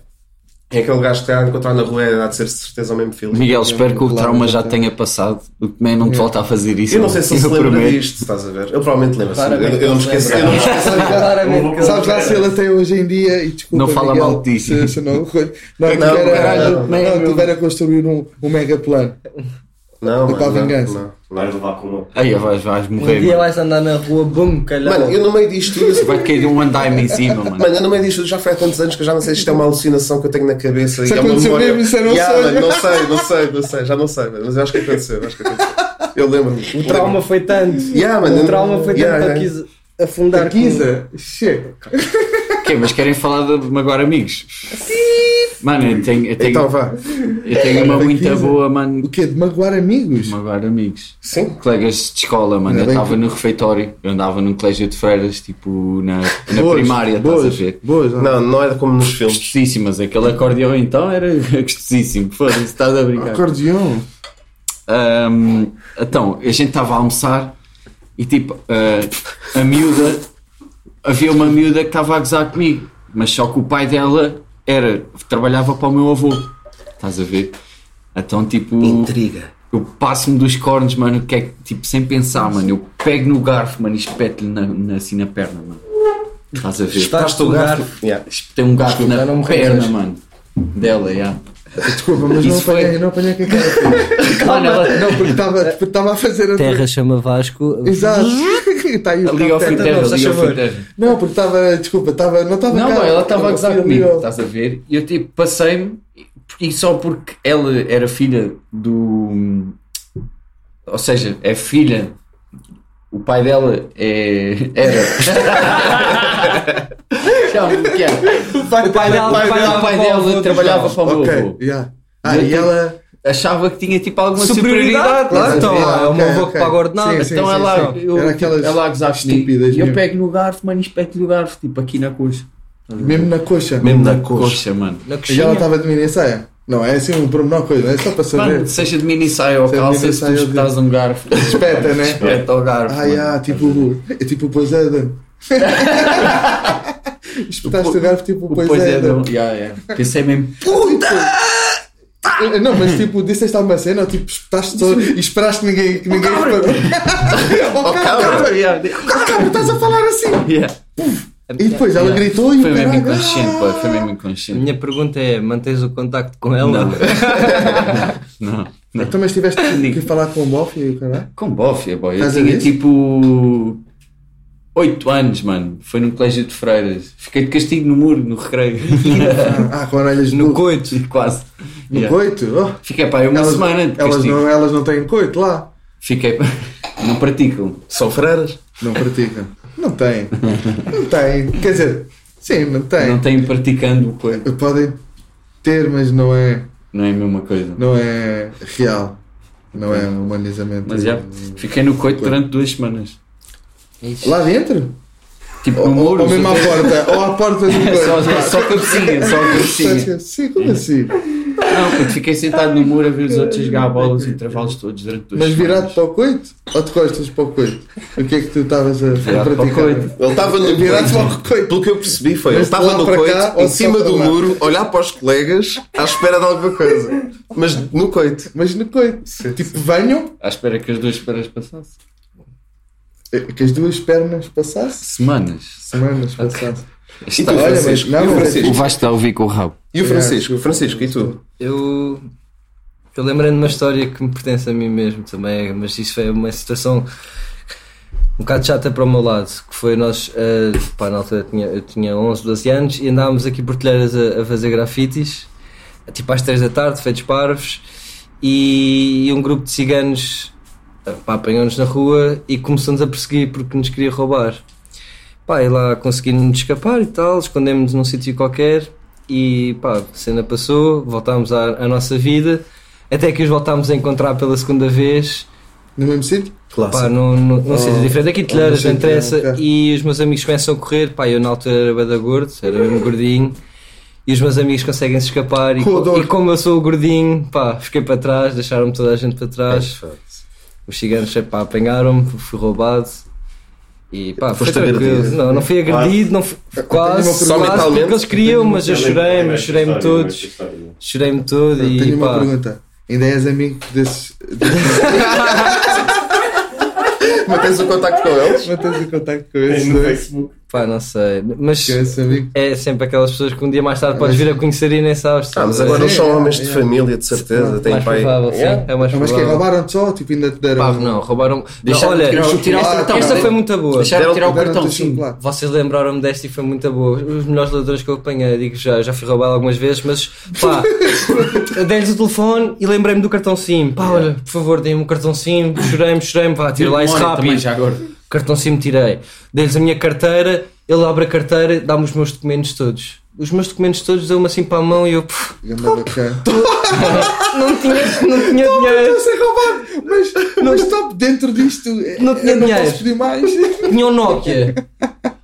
[SPEAKER 4] É aquele gajo que está a encontrar na rua, é, há de ser de certeza ao mesmo filme.
[SPEAKER 2] Miguel, espero que o
[SPEAKER 1] claro,
[SPEAKER 2] trauma já
[SPEAKER 1] claro.
[SPEAKER 2] tenha passado. O man não te volta a fazer isso.
[SPEAKER 4] é. Eu não sei se ele se
[SPEAKER 2] eu
[SPEAKER 4] lembra
[SPEAKER 2] prometo.
[SPEAKER 4] disto, estás a ver? Ele provavelmente lembra-se. Eu,
[SPEAKER 3] Claramente
[SPEAKER 4] eu não me
[SPEAKER 3] ele
[SPEAKER 4] esqueço.
[SPEAKER 3] lembra.
[SPEAKER 4] Eu não me esqueço.
[SPEAKER 3] Claramente que
[SPEAKER 1] Sabes lá se ele até hoje em dia. E desculpa,
[SPEAKER 2] Não fala
[SPEAKER 1] Miguel,
[SPEAKER 2] mal de ti.
[SPEAKER 1] Se, se não, foi- não,
[SPEAKER 4] Não,
[SPEAKER 1] tiver,
[SPEAKER 4] não,
[SPEAKER 1] não, não, tiver a construir um, um mega plano.
[SPEAKER 4] Não,
[SPEAKER 1] Para a
[SPEAKER 4] mano, não,
[SPEAKER 1] vingança.
[SPEAKER 4] não, não.
[SPEAKER 5] Vai levar com uma.
[SPEAKER 2] Aí vais, vais
[SPEAKER 3] Um
[SPEAKER 2] morrer.
[SPEAKER 3] dia
[SPEAKER 2] mano.
[SPEAKER 3] vais andar na rua, bum, calhar.
[SPEAKER 4] Mano, eu no meio disto tudo.
[SPEAKER 2] Vai cair um andaime em cima, mano.
[SPEAKER 4] Mano, eu no meio disto tudo já foi há tantos anos que eu já não sei se isto é uma alucinação que eu tenho na cabeça.
[SPEAKER 1] Se
[SPEAKER 4] e é uma
[SPEAKER 1] aconteceu
[SPEAKER 4] memória.
[SPEAKER 1] mesmo, isso um eu não
[SPEAKER 4] Yeah,
[SPEAKER 1] sei.
[SPEAKER 4] mano, não sei, não sei, não sei, já não sei, mano, mas eu acho que aconteceu, eu acho que aconteceu. Eu lembro-me.
[SPEAKER 3] O trauma foi tanto.
[SPEAKER 4] Yeah, mano,
[SPEAKER 3] o trauma foi tanto
[SPEAKER 4] yeah,
[SPEAKER 3] que eu
[SPEAKER 4] yeah.
[SPEAKER 3] quis afundar.
[SPEAKER 1] Giza,
[SPEAKER 2] um-
[SPEAKER 1] chega.
[SPEAKER 2] Quê? Mas querem falar de agora, amigos? Mano, eu tenho, eu tenho,
[SPEAKER 4] Então vá.
[SPEAKER 2] eu tenho uma muito boa, mano.
[SPEAKER 1] O quê? De magoar amigos?
[SPEAKER 2] Agora, amigos.
[SPEAKER 4] Sim.
[SPEAKER 2] Colegas de escola, mano.
[SPEAKER 1] Ainda
[SPEAKER 2] Eu
[SPEAKER 1] bem
[SPEAKER 2] estava
[SPEAKER 1] que-
[SPEAKER 2] no refeitório. Eu andava num colégio de freiras, tipo, na, na
[SPEAKER 1] Boas,
[SPEAKER 2] primária, estás a
[SPEAKER 1] boas,
[SPEAKER 2] ver?
[SPEAKER 1] Boas,
[SPEAKER 4] Não, não era como nos filmes.
[SPEAKER 2] Gostosíssimas. Aquele acordeão então era gostosíssimo. Foda-se, estás a brincar.
[SPEAKER 1] Acordeão.
[SPEAKER 2] Ahm, então, a gente estava a almoçar e tipo, ah, a miúda, havia uma miúda que estava a gozar comigo, mas só que o pai dela era, trabalhava para o meu avô, estás a ver? Então, tipo,
[SPEAKER 3] Intriga.
[SPEAKER 2] eu passo-me dos cornos, mano, que é que, tipo, sem pensar, mano, eu pego no garfo, mano, e espeto-lhe na, na- assim na perna, mano. Estás a ver?
[SPEAKER 3] Estás tu lugar.
[SPEAKER 4] Yeah.
[SPEAKER 2] Tem um garfo
[SPEAKER 3] Desculpa,
[SPEAKER 2] na
[SPEAKER 3] não me
[SPEAKER 2] perna,
[SPEAKER 3] revejo.
[SPEAKER 2] mano, dela, yeah.
[SPEAKER 1] Desculpa, mas não
[SPEAKER 2] Isso foi-
[SPEAKER 1] apanhei, não apanhei que a cara.
[SPEAKER 2] Mano, ela-
[SPEAKER 1] Não, porque estava porque estava a fazer a.
[SPEAKER 3] chama Vasco.
[SPEAKER 1] Exato. Está aí o
[SPEAKER 2] ali ao fim
[SPEAKER 1] capeta.
[SPEAKER 2] terra,
[SPEAKER 3] não,
[SPEAKER 2] ali
[SPEAKER 3] se
[SPEAKER 2] ao fim
[SPEAKER 3] favor.
[SPEAKER 2] terra.
[SPEAKER 1] Não, porque estava. Desculpa, estava. Não estava
[SPEAKER 2] Não,
[SPEAKER 1] cá.
[SPEAKER 2] mãe, ela estava a gozar
[SPEAKER 1] fui ali
[SPEAKER 2] comigo,
[SPEAKER 1] ao-
[SPEAKER 2] estás a ver? E eu tipo, passei-me, e só porque ela era filha do. Ou seja, é filha. O pai dela é. Era. Chama-me o que é.
[SPEAKER 3] O pai,
[SPEAKER 1] Ah,
[SPEAKER 2] O pai,
[SPEAKER 3] dela,
[SPEAKER 2] o pai dela trabalhava para o meu
[SPEAKER 1] Ok,
[SPEAKER 2] avô.
[SPEAKER 1] yeah. Ah,
[SPEAKER 2] Eu
[SPEAKER 1] e
[SPEAKER 2] tenho-
[SPEAKER 1] ela.
[SPEAKER 2] Achava que tinha tipo alguma superioridade.
[SPEAKER 3] Superioridade, claro.
[SPEAKER 2] estás a
[SPEAKER 3] Então,
[SPEAKER 2] ver?
[SPEAKER 3] é o
[SPEAKER 1] ok,
[SPEAKER 3] meu avô que
[SPEAKER 1] ok.
[SPEAKER 3] paga ordenado.
[SPEAKER 1] Sim,
[SPEAKER 2] então
[SPEAKER 1] sim,
[SPEAKER 2] ela,
[SPEAKER 1] sim.
[SPEAKER 2] Eu,
[SPEAKER 1] Era aquelas
[SPEAKER 2] ela a gozar comigo.
[SPEAKER 1] estúpidas
[SPEAKER 2] E eu
[SPEAKER 1] mesmo.
[SPEAKER 2] pego no garfo, mano, e espeto-lhe o garfo, tipo aqui na coxa.
[SPEAKER 1] Mesmo na coxa.
[SPEAKER 4] Mesmo na coxa.
[SPEAKER 2] Coxa, mano.
[SPEAKER 1] E
[SPEAKER 3] Na
[SPEAKER 1] ela
[SPEAKER 3] coxinha.
[SPEAKER 1] estava de mini saia. Não, é assim um pormenor coisa, é só para saber.
[SPEAKER 2] Mano, seja de mini saia ou
[SPEAKER 1] Seja de
[SPEAKER 2] calça,
[SPEAKER 1] mini
[SPEAKER 2] se tu
[SPEAKER 1] saia ou de-
[SPEAKER 2] estás um garfo,
[SPEAKER 1] Espeta, né?
[SPEAKER 2] espeta o garfo.
[SPEAKER 1] Ah,
[SPEAKER 2] mano.
[SPEAKER 1] yeah, tipo. É tipo pois é, Dan. Espetaste o garfo tipo pois,
[SPEAKER 2] Pois é,
[SPEAKER 1] é, Dan.
[SPEAKER 2] não. Yeah, yeah. Pensei mesmo.
[SPEAKER 1] Não, mas tipo, disseste alguma cena, ou tipo, espetaste só e esperaste ninguém, que ninguém reparou. oh, cabra,
[SPEAKER 2] Yeah,
[SPEAKER 1] oh, cabra, estás a falar assim.
[SPEAKER 2] yeah.
[SPEAKER 1] E depois ela
[SPEAKER 2] Yeah.
[SPEAKER 1] gritou e o
[SPEAKER 2] Foi mesmo
[SPEAKER 1] caralho,
[SPEAKER 2] inconsciente,
[SPEAKER 1] ah!
[SPEAKER 2] pá. Foi mesmo
[SPEAKER 3] A
[SPEAKER 2] inconsciente.
[SPEAKER 3] minha pergunta é: mantens o contacto com ela?
[SPEAKER 2] Não. é Não. não.
[SPEAKER 1] Então, mas tiveste que- que
[SPEAKER 2] Ninguém.
[SPEAKER 1] falar com o Boff e o caralho?
[SPEAKER 2] Com bofia, boy. Eu
[SPEAKER 1] Estás a
[SPEAKER 2] tinha
[SPEAKER 1] ver?
[SPEAKER 2] tipo. 8 anos, mano. Foi num colégio de freiras. Fiquei de castigo no muro, no recreio.
[SPEAKER 1] Ah, com orelhas
[SPEAKER 3] No
[SPEAKER 1] no,
[SPEAKER 3] coito.
[SPEAKER 2] Quase.
[SPEAKER 1] no
[SPEAKER 2] Yeah.
[SPEAKER 1] coito? Oh,
[SPEAKER 2] Fiquei pá, aí uma
[SPEAKER 1] elas,
[SPEAKER 2] semana tipo- de
[SPEAKER 1] elas,
[SPEAKER 2] castigo.
[SPEAKER 1] não, elas não têm coito lá.
[SPEAKER 2] Fiquei. Não praticam.
[SPEAKER 4] São freiras.
[SPEAKER 1] Não praticam. Não têm. Não têm. Quer dizer, sim, não têm.
[SPEAKER 2] Não têm praticando o coisa.
[SPEAKER 1] Podem ter, mas não é,
[SPEAKER 2] Não é a mesma coisa.
[SPEAKER 1] não é real. Não é humanizamento.
[SPEAKER 2] Mas já, fiquei no coito durante duas semanas.
[SPEAKER 1] Lá dentro?
[SPEAKER 2] Tipo,
[SPEAKER 1] Ou,
[SPEAKER 2] no
[SPEAKER 1] ou,
[SPEAKER 2] muro.
[SPEAKER 1] ou mesmo à porta? Ou à porta do
[SPEAKER 2] É só,
[SPEAKER 1] coito?
[SPEAKER 2] só, só cabecinha, só cabecinha.
[SPEAKER 1] Sim, como assim?
[SPEAKER 2] Não, porque fiquei sentado no muro a ver os outros jogar a bola os intervalos todos durante duas
[SPEAKER 1] Mas virado
[SPEAKER 2] semanas.
[SPEAKER 1] para o coito? Ou de costas para o coito? O que é que tu estavas a, a
[SPEAKER 2] Virado para o
[SPEAKER 1] praticar?
[SPEAKER 2] coito.
[SPEAKER 4] Ele estava no
[SPEAKER 1] Virado para o coito.
[SPEAKER 4] Pelo que eu percebi foi, ele
[SPEAKER 1] Mas de
[SPEAKER 4] estava
[SPEAKER 1] lá
[SPEAKER 4] no
[SPEAKER 1] para cá
[SPEAKER 4] coito,
[SPEAKER 1] ou
[SPEAKER 4] em
[SPEAKER 1] só
[SPEAKER 4] cima
[SPEAKER 1] para
[SPEAKER 4] do
[SPEAKER 1] lá?
[SPEAKER 4] muro, olhar para os colegas à espera de alguma coisa. Mas no coito.
[SPEAKER 1] Mas no coito. tipo, venham
[SPEAKER 2] À espera que as duas esperas passassem.
[SPEAKER 1] eh, que as duas pernas passassem,
[SPEAKER 2] Semanas.
[SPEAKER 1] semanas passassem.
[SPEAKER 4] E tu,
[SPEAKER 2] Está,
[SPEAKER 1] Olha, mas
[SPEAKER 4] Francisco?
[SPEAKER 1] não,
[SPEAKER 4] E o
[SPEAKER 1] mas-
[SPEAKER 4] Francisco?
[SPEAKER 2] Vasco está a ouvir com o rabo.
[SPEAKER 4] E o Francisco? Francisco, e tu?
[SPEAKER 3] Eu, eu lembrei de uma história que me pertence a mim mesmo também, mas isso foi uma situação um bocado chata para o meu lado, que foi nós, eh, pá, na altura eu tinha, eu tinha 11, 12 anos e andávamos aqui por telheiras a, a fazer grafites, tipo às 3 da tarde, feitos parvos, e, um grupo de ciganos eh, pá, apanhou-nos na rua e começou-nos a perseguir porque nos queria roubar. Pá, e lá conseguimos escapar e tal, escondemos-nos num sítio qualquer e pá, a cena passou, voltámos à, à nossa vida, até que os voltámos a encontrar pela segunda vez,
[SPEAKER 1] No mesmo sítio?
[SPEAKER 3] pá, num, num, num
[SPEAKER 1] Oh,
[SPEAKER 3] sítio é diferente, aqui
[SPEAKER 1] oh,
[SPEAKER 3] de telheiras,
[SPEAKER 1] não
[SPEAKER 3] não
[SPEAKER 1] sei que é,
[SPEAKER 3] interessa,
[SPEAKER 1] ok.
[SPEAKER 3] e os meus amigos começam a correr, pá, eu na altura era bada gordo, era mesmo gordinho, e os meus amigos conseguem se escapar, e,
[SPEAKER 1] Com o
[SPEAKER 3] co-
[SPEAKER 1] dor.
[SPEAKER 3] e como eu sou o gordinho, pá, fiquei para trás, deixaram-me
[SPEAKER 1] É
[SPEAKER 3] é toda a gente para trás, os ciganos, pá, apanharam-me, fui roubado, E pá, foi
[SPEAKER 1] Foste
[SPEAKER 3] tranquilo.
[SPEAKER 1] agredido.
[SPEAKER 3] Não, não fui agredido, não fui, quase,
[SPEAKER 1] uma
[SPEAKER 3] quase,
[SPEAKER 1] pergunta.
[SPEAKER 3] quase porque
[SPEAKER 4] Mentalmente?
[SPEAKER 3] eles queriam, mas eu
[SPEAKER 5] lembro-
[SPEAKER 3] chorei,
[SPEAKER 5] lembro
[SPEAKER 3] mas
[SPEAKER 5] essa
[SPEAKER 3] chorei-me
[SPEAKER 5] história, lembro essa
[SPEAKER 3] todos,
[SPEAKER 5] história.
[SPEAKER 3] chorei-me todo
[SPEAKER 1] Eu
[SPEAKER 3] e
[SPEAKER 1] tenho uma
[SPEAKER 3] pá,
[SPEAKER 1] pergunta. Ainda és amigo desses.
[SPEAKER 4] Mantens o contacto com eles?
[SPEAKER 1] Mantens o contacto com
[SPEAKER 5] Tens
[SPEAKER 1] esses
[SPEAKER 5] no
[SPEAKER 1] dois.
[SPEAKER 5] Facebook.
[SPEAKER 3] pá, não sei, mas
[SPEAKER 1] Que é esse amigo.
[SPEAKER 3] é sempre aquelas pessoas que um dia mais tarde podes vir a conhecer e nem sabes.
[SPEAKER 4] Ah,
[SPEAKER 3] estás
[SPEAKER 4] mas
[SPEAKER 3] a
[SPEAKER 4] agora
[SPEAKER 3] ver?
[SPEAKER 4] eles são homens de
[SPEAKER 1] é.
[SPEAKER 4] família, de certeza. Têm
[SPEAKER 3] mais
[SPEAKER 4] pai.
[SPEAKER 3] provável, sim,
[SPEAKER 4] Yeah.
[SPEAKER 3] é mais
[SPEAKER 1] Mas que
[SPEAKER 3] provável.
[SPEAKER 1] roubaram-te só? Tipo, ainda te deram.
[SPEAKER 3] Pá, não, roubaram. Não,
[SPEAKER 2] Deixaram de
[SPEAKER 3] olha,
[SPEAKER 2] tirar o- tirar o
[SPEAKER 3] esta-
[SPEAKER 2] cartão,
[SPEAKER 3] esta
[SPEAKER 2] né?
[SPEAKER 3] foi muito boa.
[SPEAKER 2] Deixaram de tirar o
[SPEAKER 1] Deram-te
[SPEAKER 2] cartão,
[SPEAKER 1] o
[SPEAKER 2] sim.
[SPEAKER 1] chocolate.
[SPEAKER 3] Vocês lembraram-me desta e foi muito boa. Os melhores ladrões que eu apanhei, digo já, já fui roubado algumas vezes, mas pá, dei-lhes o telefone e lembrei-me do cartão SIM. Pá, olha, por favor, deem-me o cartão SIM, chorei-me, chorei-me, vá, tira lá isso
[SPEAKER 2] Memória também,
[SPEAKER 3] rápido.
[SPEAKER 2] já agora.
[SPEAKER 3] Cartão SIM tirei. Dei-lhes a minha carteira, ele abre a carteira, dá-me os meus documentos todos. Os meus documentos todos deu-me assim para a mão e eu puf,
[SPEAKER 1] Ganda bacana. Então,
[SPEAKER 3] não tinha, não tinha dinheiro.
[SPEAKER 1] sei roubar, mas, mas stop, dentro disto eh,
[SPEAKER 3] Não tinha
[SPEAKER 1] eu não
[SPEAKER 3] dinheiro.
[SPEAKER 1] posso pedir mais.
[SPEAKER 3] Tinha um Nokia.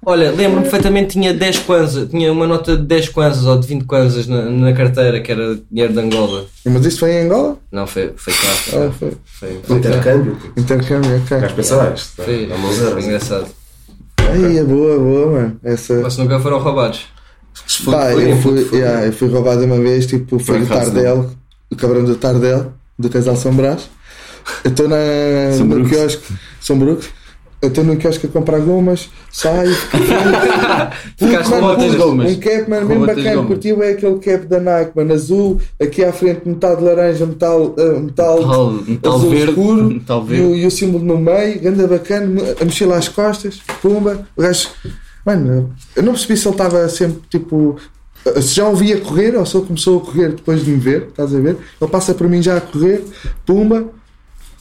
[SPEAKER 3] Olha, lembro-me perfeitamente, tinha 10 kwanzas, tinha uma nota de 10 kwanzas ou de 20 kwanzas na, na carteira, que era dinheiro de Angola.
[SPEAKER 1] Mas isto foi em Angola?
[SPEAKER 3] Não, foi, foi cá.
[SPEAKER 1] Ah,
[SPEAKER 3] Foi,
[SPEAKER 1] foi.
[SPEAKER 3] foi, foi, cá.
[SPEAKER 4] Intercâmbio.
[SPEAKER 1] Intercâmbio,
[SPEAKER 4] Vais
[SPEAKER 1] ok.
[SPEAKER 4] pensar, ah, isto
[SPEAKER 3] Foi-
[SPEAKER 1] É
[SPEAKER 4] dá uns
[SPEAKER 3] foi
[SPEAKER 4] euros.
[SPEAKER 3] engraçado.
[SPEAKER 1] Ai, é boa, boa, mano. Essa.
[SPEAKER 3] Mas nunca foram roubados.
[SPEAKER 1] Pá,
[SPEAKER 4] Foi,
[SPEAKER 1] eu,
[SPEAKER 4] foi,
[SPEAKER 1] fui,
[SPEAKER 4] foi.
[SPEAKER 1] yeah, eu fui roubado uma vez, tipo, foi o
[SPEAKER 2] acaso,
[SPEAKER 1] Tardel, o cabrão do Tardel, do casal São Brás. Eu estou na
[SPEAKER 2] São
[SPEAKER 1] no
[SPEAKER 2] Brooks.
[SPEAKER 1] quiosque, São Brooks. Eu estou no quiosque a comprar gomas, saio.
[SPEAKER 3] Ficaste
[SPEAKER 1] Mano,
[SPEAKER 3] com outras
[SPEAKER 1] um-
[SPEAKER 2] gomas.
[SPEAKER 1] Um cap, mano,
[SPEAKER 2] Com
[SPEAKER 1] mesmo
[SPEAKER 2] outras
[SPEAKER 1] bacana.
[SPEAKER 2] gomas.
[SPEAKER 1] Curtiu é aquele cap da Nike, mano, azul, aqui à frente, metade laranja, metal, ah, metal,
[SPEAKER 2] Metal- metal
[SPEAKER 1] azul
[SPEAKER 2] verde,
[SPEAKER 1] escuro,
[SPEAKER 2] metal
[SPEAKER 1] e,
[SPEAKER 2] verde.
[SPEAKER 1] o, e o símbolo no meio, ganda bacana, a mochila às costas, pumba, o gajo. Mano, eu não percebi se ele estava sempre tipo. Se já o via correr ou se ele começou a correr depois de me ver, estás a ver? Ele passa por mim já a correr, pumba,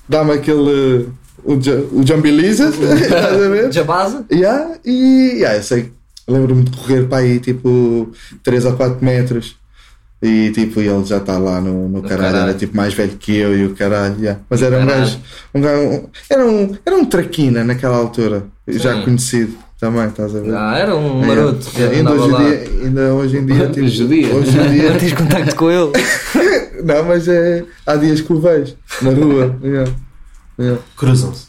[SPEAKER 1] dá-me aquele. uh, O, ju- o Jumbeliza, estás a ver?
[SPEAKER 3] Jabasa?
[SPEAKER 1] Yeah, e yeah, eu sei, lembro-me de correr para aí tipo 3 ou 4 metros e tipo ele já está lá no, no caralho,
[SPEAKER 3] caralho.
[SPEAKER 1] era tipo mais velho que eu e o caralho, yeah. mas era um
[SPEAKER 3] caralho.
[SPEAKER 1] gajo, um gajo um- era, um, era um traquina naquela altura, já conhecido também, estás a ver?
[SPEAKER 3] Ah, era um
[SPEAKER 1] Yeah.
[SPEAKER 3] maroto.
[SPEAKER 1] Yeah, ainda,
[SPEAKER 3] andava
[SPEAKER 1] hoje É. em
[SPEAKER 3] lá.
[SPEAKER 1] dia, ainda hoje em dia, tipo,
[SPEAKER 2] judia.
[SPEAKER 1] hoje em
[SPEAKER 3] Não
[SPEAKER 1] dia
[SPEAKER 3] tens contacto com ele.
[SPEAKER 1] não, mas é, há dias que o vejo na rua, yeah. Yeah.
[SPEAKER 4] Cruzam-se.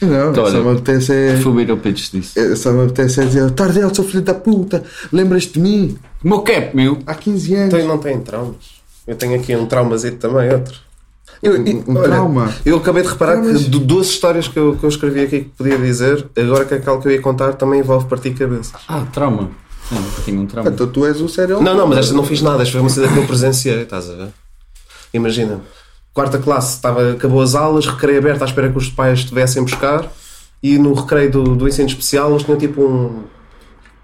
[SPEAKER 1] não,
[SPEAKER 2] Então,
[SPEAKER 1] só
[SPEAKER 2] olha,
[SPEAKER 1] me apetece é-
[SPEAKER 2] Fui beber ao Pedro disso.
[SPEAKER 1] Eu só me apetece é dizer, Tardel, seu filho da puta, lembras-te de mim?
[SPEAKER 2] Meu cap, meu.
[SPEAKER 1] Há 15 anos.
[SPEAKER 4] Então eu não tenho traumas. Eu tenho aqui um traumazito também, outro. Eu,
[SPEAKER 1] Um-
[SPEAKER 4] eu-
[SPEAKER 1] um trauma?
[SPEAKER 4] Eu acabei de reparar
[SPEAKER 1] Traumas?
[SPEAKER 4] que de duas histórias que eu, que eu escrevi aqui que podia dizer, agora que é aquela que eu ia contar também envolve partir cabeça.
[SPEAKER 2] Ah, trauma. Ah, Tenho um trauma.
[SPEAKER 1] Então tu és o serial.
[SPEAKER 4] Não, não, mas esta não fiz nada, esta foi uma cena que eu presenciei, estás a ver? Imagina, quarta classe, estava, acabou as aulas, recreio aberto à espera que os pais te viessem buscar e no recreio do, do ensino especial eles tinham tipo um.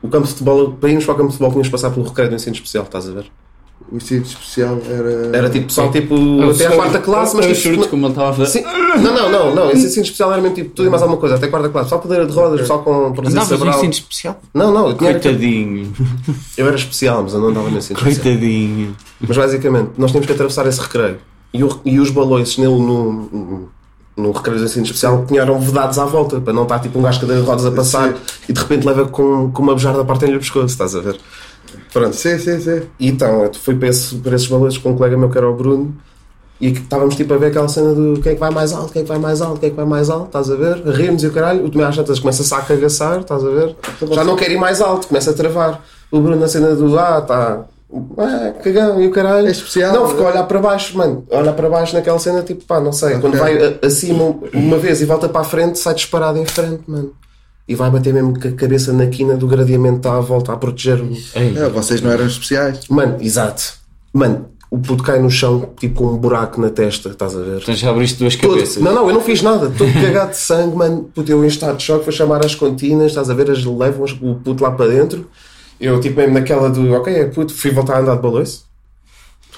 [SPEAKER 4] O campo de futebol, para irmos para o campo de futebol, tínhamos de passar pelo recreio do ensino especial, estás a ver?
[SPEAKER 1] O vestido especial era.
[SPEAKER 4] Era tipo, só tipo,
[SPEAKER 2] Eu
[SPEAKER 4] até a
[SPEAKER 2] sou-
[SPEAKER 4] quarta classe,
[SPEAKER 2] eu
[SPEAKER 4] mas
[SPEAKER 2] sou surdo,
[SPEAKER 4] tipo,
[SPEAKER 2] como ele estava a fazer.
[SPEAKER 4] Sim. Não, não, não, não. Esse ensino especial era mesmo tipo tudo e mais alguma coisa. Até quarta classe. Só cadeira de rodas, só com presença
[SPEAKER 1] é
[SPEAKER 2] Andavas no
[SPEAKER 4] cerebral.
[SPEAKER 2] ensino especial?
[SPEAKER 4] Não, não. Eu, tinha-
[SPEAKER 2] Coitadinho,
[SPEAKER 4] eu era especial, mas eu não andava no ensino especial.
[SPEAKER 2] coitadinho.
[SPEAKER 4] Mas basicamente, nós tínhamos que atravessar esse recreio. E, o- e os balões no, no, no recreio do ensino especial tinham vedados à volta, para não estar tipo um gajo de cadeira de rodas a passar e de repente leva com, com uma bujarda para partir-lhe o pescoço, estás a ver? Pronto.
[SPEAKER 1] Sim, sim, sim.
[SPEAKER 4] E então, eu fui para, esse- para esses valores com um colega meu que era o Bruno e que estávamos tipo a ver aquela cena do quem é que vai mais alto, quem é que vai mais alto, quem é que vai mais alto, estás a ver? Rimos e o caralho, o Tomé às tantas começa-se a cagaçar, estás a ver?
[SPEAKER 1] Então,
[SPEAKER 4] Já não quer ir mais alto, começa a travar. O Bruno na cena do ah, tá. Ah, cagão, e o caralho.
[SPEAKER 1] É especial,
[SPEAKER 4] Não, ficou a
[SPEAKER 1] é?
[SPEAKER 4] olhar para baixo, mano. Olha para baixo naquela cena, tipo, pá, não sei. Quando vai a- acima uma vez e volta para a frente, sai disparado em frente, mano. E vai bater mesmo com a cabeça na quina do gradeamento tá à volta, a proteger-me.
[SPEAKER 1] É, vocês não eram especiais.
[SPEAKER 4] Mano, exato. Mano, o puto cai no chão, tipo com um buraco na testa, estás a ver?
[SPEAKER 2] Então já abriste duas
[SPEAKER 4] Todo-
[SPEAKER 2] cabeças.
[SPEAKER 4] não, não, eu não fiz nada. Todo cagado de sangue, mano. Puto, eu em estado de choque, foi chamar as continas, estás a ver? As levam as- o puto lá para dentro. Eu, tipo, mesmo naquela do, ok, é puto, fui voltar a andar de balões.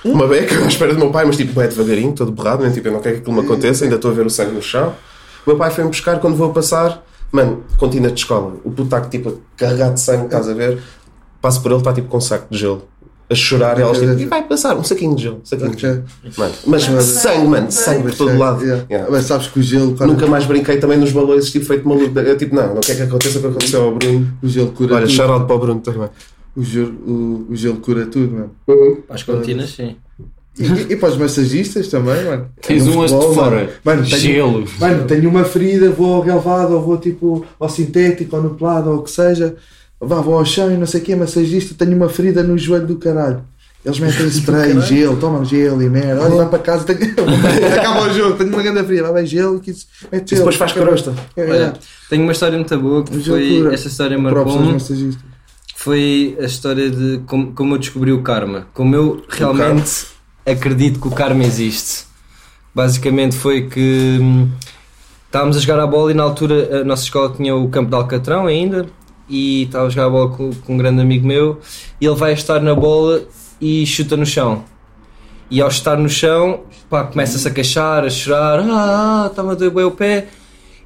[SPEAKER 4] Uma beca à espera do meu pai, mas tipo, é devagarinho, todo borrado, né? tipo, eu não quero que aquilo me aconteça, ainda estou a ver o sangue no chão. O meu pai foi-me buscar, quando vou a passar, mano, continua de escola. O puto está tipo, carregado de sangue, estás a ver? Passo por ele, está tipo com um saco de gelo. A chorar, e elas tipo, e vai passar, um saquinho de gelo, saquinho de gelo. Mano, mas sangue, mano, sangue por todo lado.
[SPEAKER 1] Yeah.
[SPEAKER 4] Yeah.
[SPEAKER 1] é, Mas sabes que o gelo, quando
[SPEAKER 4] Nunca mais brinquei também nos balões, tipo, feito maluco. Eu, tipo, não, não quer que aconteça o que aconteceu ao Bruno. Tipo,
[SPEAKER 1] o gelo cura
[SPEAKER 4] Olha,
[SPEAKER 1] tudo.
[SPEAKER 4] charado para o Bruno também. Uhum.
[SPEAKER 1] O, gelo, o, o gelo cura tudo, mano.
[SPEAKER 3] As continas, sim.
[SPEAKER 1] E, e para os massagistas também, mano. É
[SPEAKER 2] Tens
[SPEAKER 1] No
[SPEAKER 2] um haste
[SPEAKER 1] futebol,
[SPEAKER 2] de fora.
[SPEAKER 1] mano. Mano, tenho-
[SPEAKER 2] Gelo.
[SPEAKER 1] Mano, tenho uma ferida, vou ao relvado, ou vou tipo ao sintético, ou no pelado, ou o que seja, vá, vou ao chão e não sei o que, massagista, tenho uma ferida no joelho do caralho. Eles metem spray, gelo, tomam gelo e merda. Olha, vai para casa, tenho... acaba o jogo, tenho uma grande ferida, vai, vai gelo, que isso. Mete
[SPEAKER 4] E
[SPEAKER 1] gelo.
[SPEAKER 4] depois faz crosta.
[SPEAKER 1] É, é.
[SPEAKER 3] Olha, tenho uma história muito boa que
[SPEAKER 1] Mas
[SPEAKER 3] foi.
[SPEAKER 1] loucura.
[SPEAKER 3] Esta história
[SPEAKER 1] Próprios
[SPEAKER 3] marcou-me.
[SPEAKER 1] massagistas.
[SPEAKER 3] Foi a história de como, como eu descobri o karma. Como eu realmente acredito que o karma existe. Basicamente foi que hum, estávamos a jogar a bola e na altura a nossa escola tinha o campo de Alcatrão ainda. E estava a jogar a bola com, com um grande amigo meu. E ele vai estar na bola e chuta no chão. E ao estar no chão, pá, começa-se a queixar, a chorar, ah, está-me a doer bem o pé.